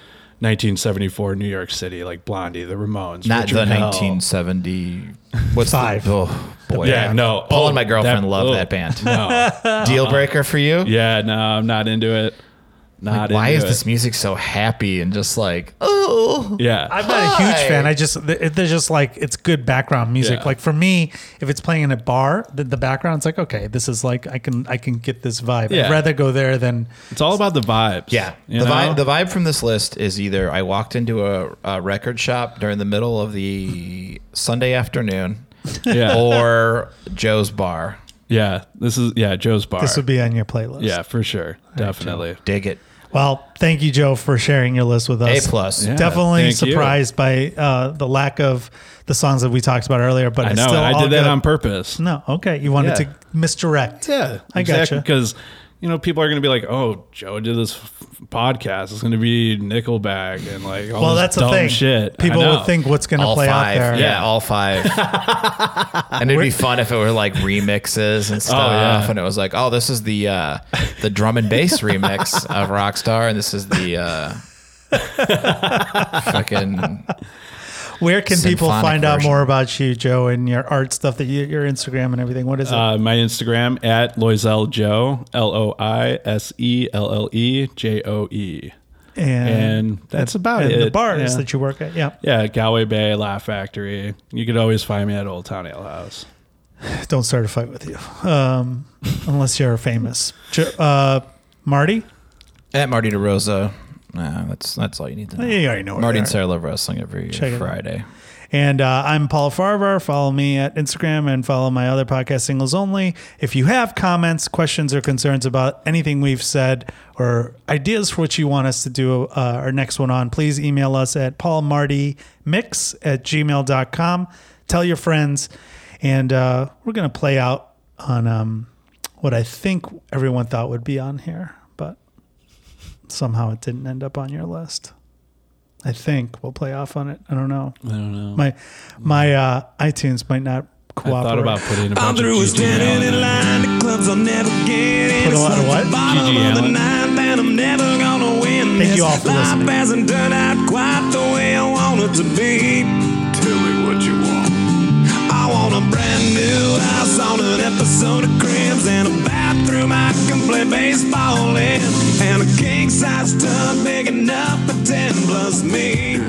1974 New York City, like Blondie, the Ramones,
Not
Richard
the
Hell.
1970 what's the-
Five.
oh boy,
Yeah, no.
Paul
Oh,
and my girlfriend
that-
love
oh.
that
[laughs]
band.
No.
Deal breaker for you?
Yeah, no, I'm not into it. Not
Why
into
is
it.
this music so happy and just like oh?
Yeah,
I'm not a huge
Hi.
fan. I just th- they're just like it's good background music.
Yeah.
Like for me, if it's playing in a bar, the, the background's like okay, this is like I can I can get this vibe.
Yeah.
I'd rather go there than
it's all about the vibes.
Yeah,
you
the
know?
vibe the vibe from this list is either I walked into a, a record shop during the middle of the Sunday afternoon,
Yeah.
or Joe's bar.
Yeah, this is yeah Joe's bar.
this would be on your playlist.
yeah for sure, definitely.
Dig it.
Well, thank you, Joe, for sharing your list with
A
us.
plus.
Yeah,
Definitely
thank you.
surprised by uh, the lack of the songs that we talked about earlier, but
I
it's
know.
still
and I
all
did that
good.
on purpose.
No, okay, you wanted
Yeah.
to misdirect. I gotcha.
Because you know people are going to be like, "Oh, Joe did this f- podcast. It's going to be Nickelback and like all
Well,
this
that's the
dumb
thing.
shit." I
People
know.
will think what's going to
all
play
five.
out there.
Yeah, all five. and it'd be fun if it were like remixes
Oh,
and stuff.
yeah.
And it was like, oh, this is the uh, the drum and bass remix of Rockstar, and this is the uh, fucking
Where can people
Symphonic
find out
version.
more about you, Joe, and your art stuff that you, your Instagram and everything? What is it?
Uh, my Instagram at Loisel Joe L O I S E L L E J O E, and that's about
and
it.
the bars
yeah.
that you work at. Yeah.
yeah, Galway Bay Laugh Factory. You could always find me at Old Town Ale House.
Don't start a fight with you, um, unless you're famous. Jo- Uh, Marty,
at eh, Marty DeRosa. Uh, that's that's all you need to know.
you already know. where
Marty
they
and
are.
Sarah love wrestling every
Check it out.
Friday.
And uh, I'm Paul Farver. Follow me at Instagram and follow my other podcast, Singles Only. If you have comments, questions, or concerns about anything we've said or ideas for what you want us to do uh, our next one on, please email us at paulmartymix at gmail.com. Tell your friends. And uh, we're going to play out on um, what I think everyone thought would be on here, but somehow it didn't end up on your list. I think we'll play off on it. I don't know.
I don't know.
My my uh, iTunes might not
I
cooperate.
thought about putting a bunch
I'm through
of
with
Gigi Allen
standing in
in.
line to clubs I'll never get in.
Put a lot of what?
Bottom
Gigi
of the
Allen.
ninth and I'm never gonna
Thank
win this.
you all for
Life
listening.
hasn't turned out quite the way I want it to be. Tell me what you want. I want a brand new house on an episode of Cribs and a bathroom I can play baseball in and a king size tub big enough for ten plus me.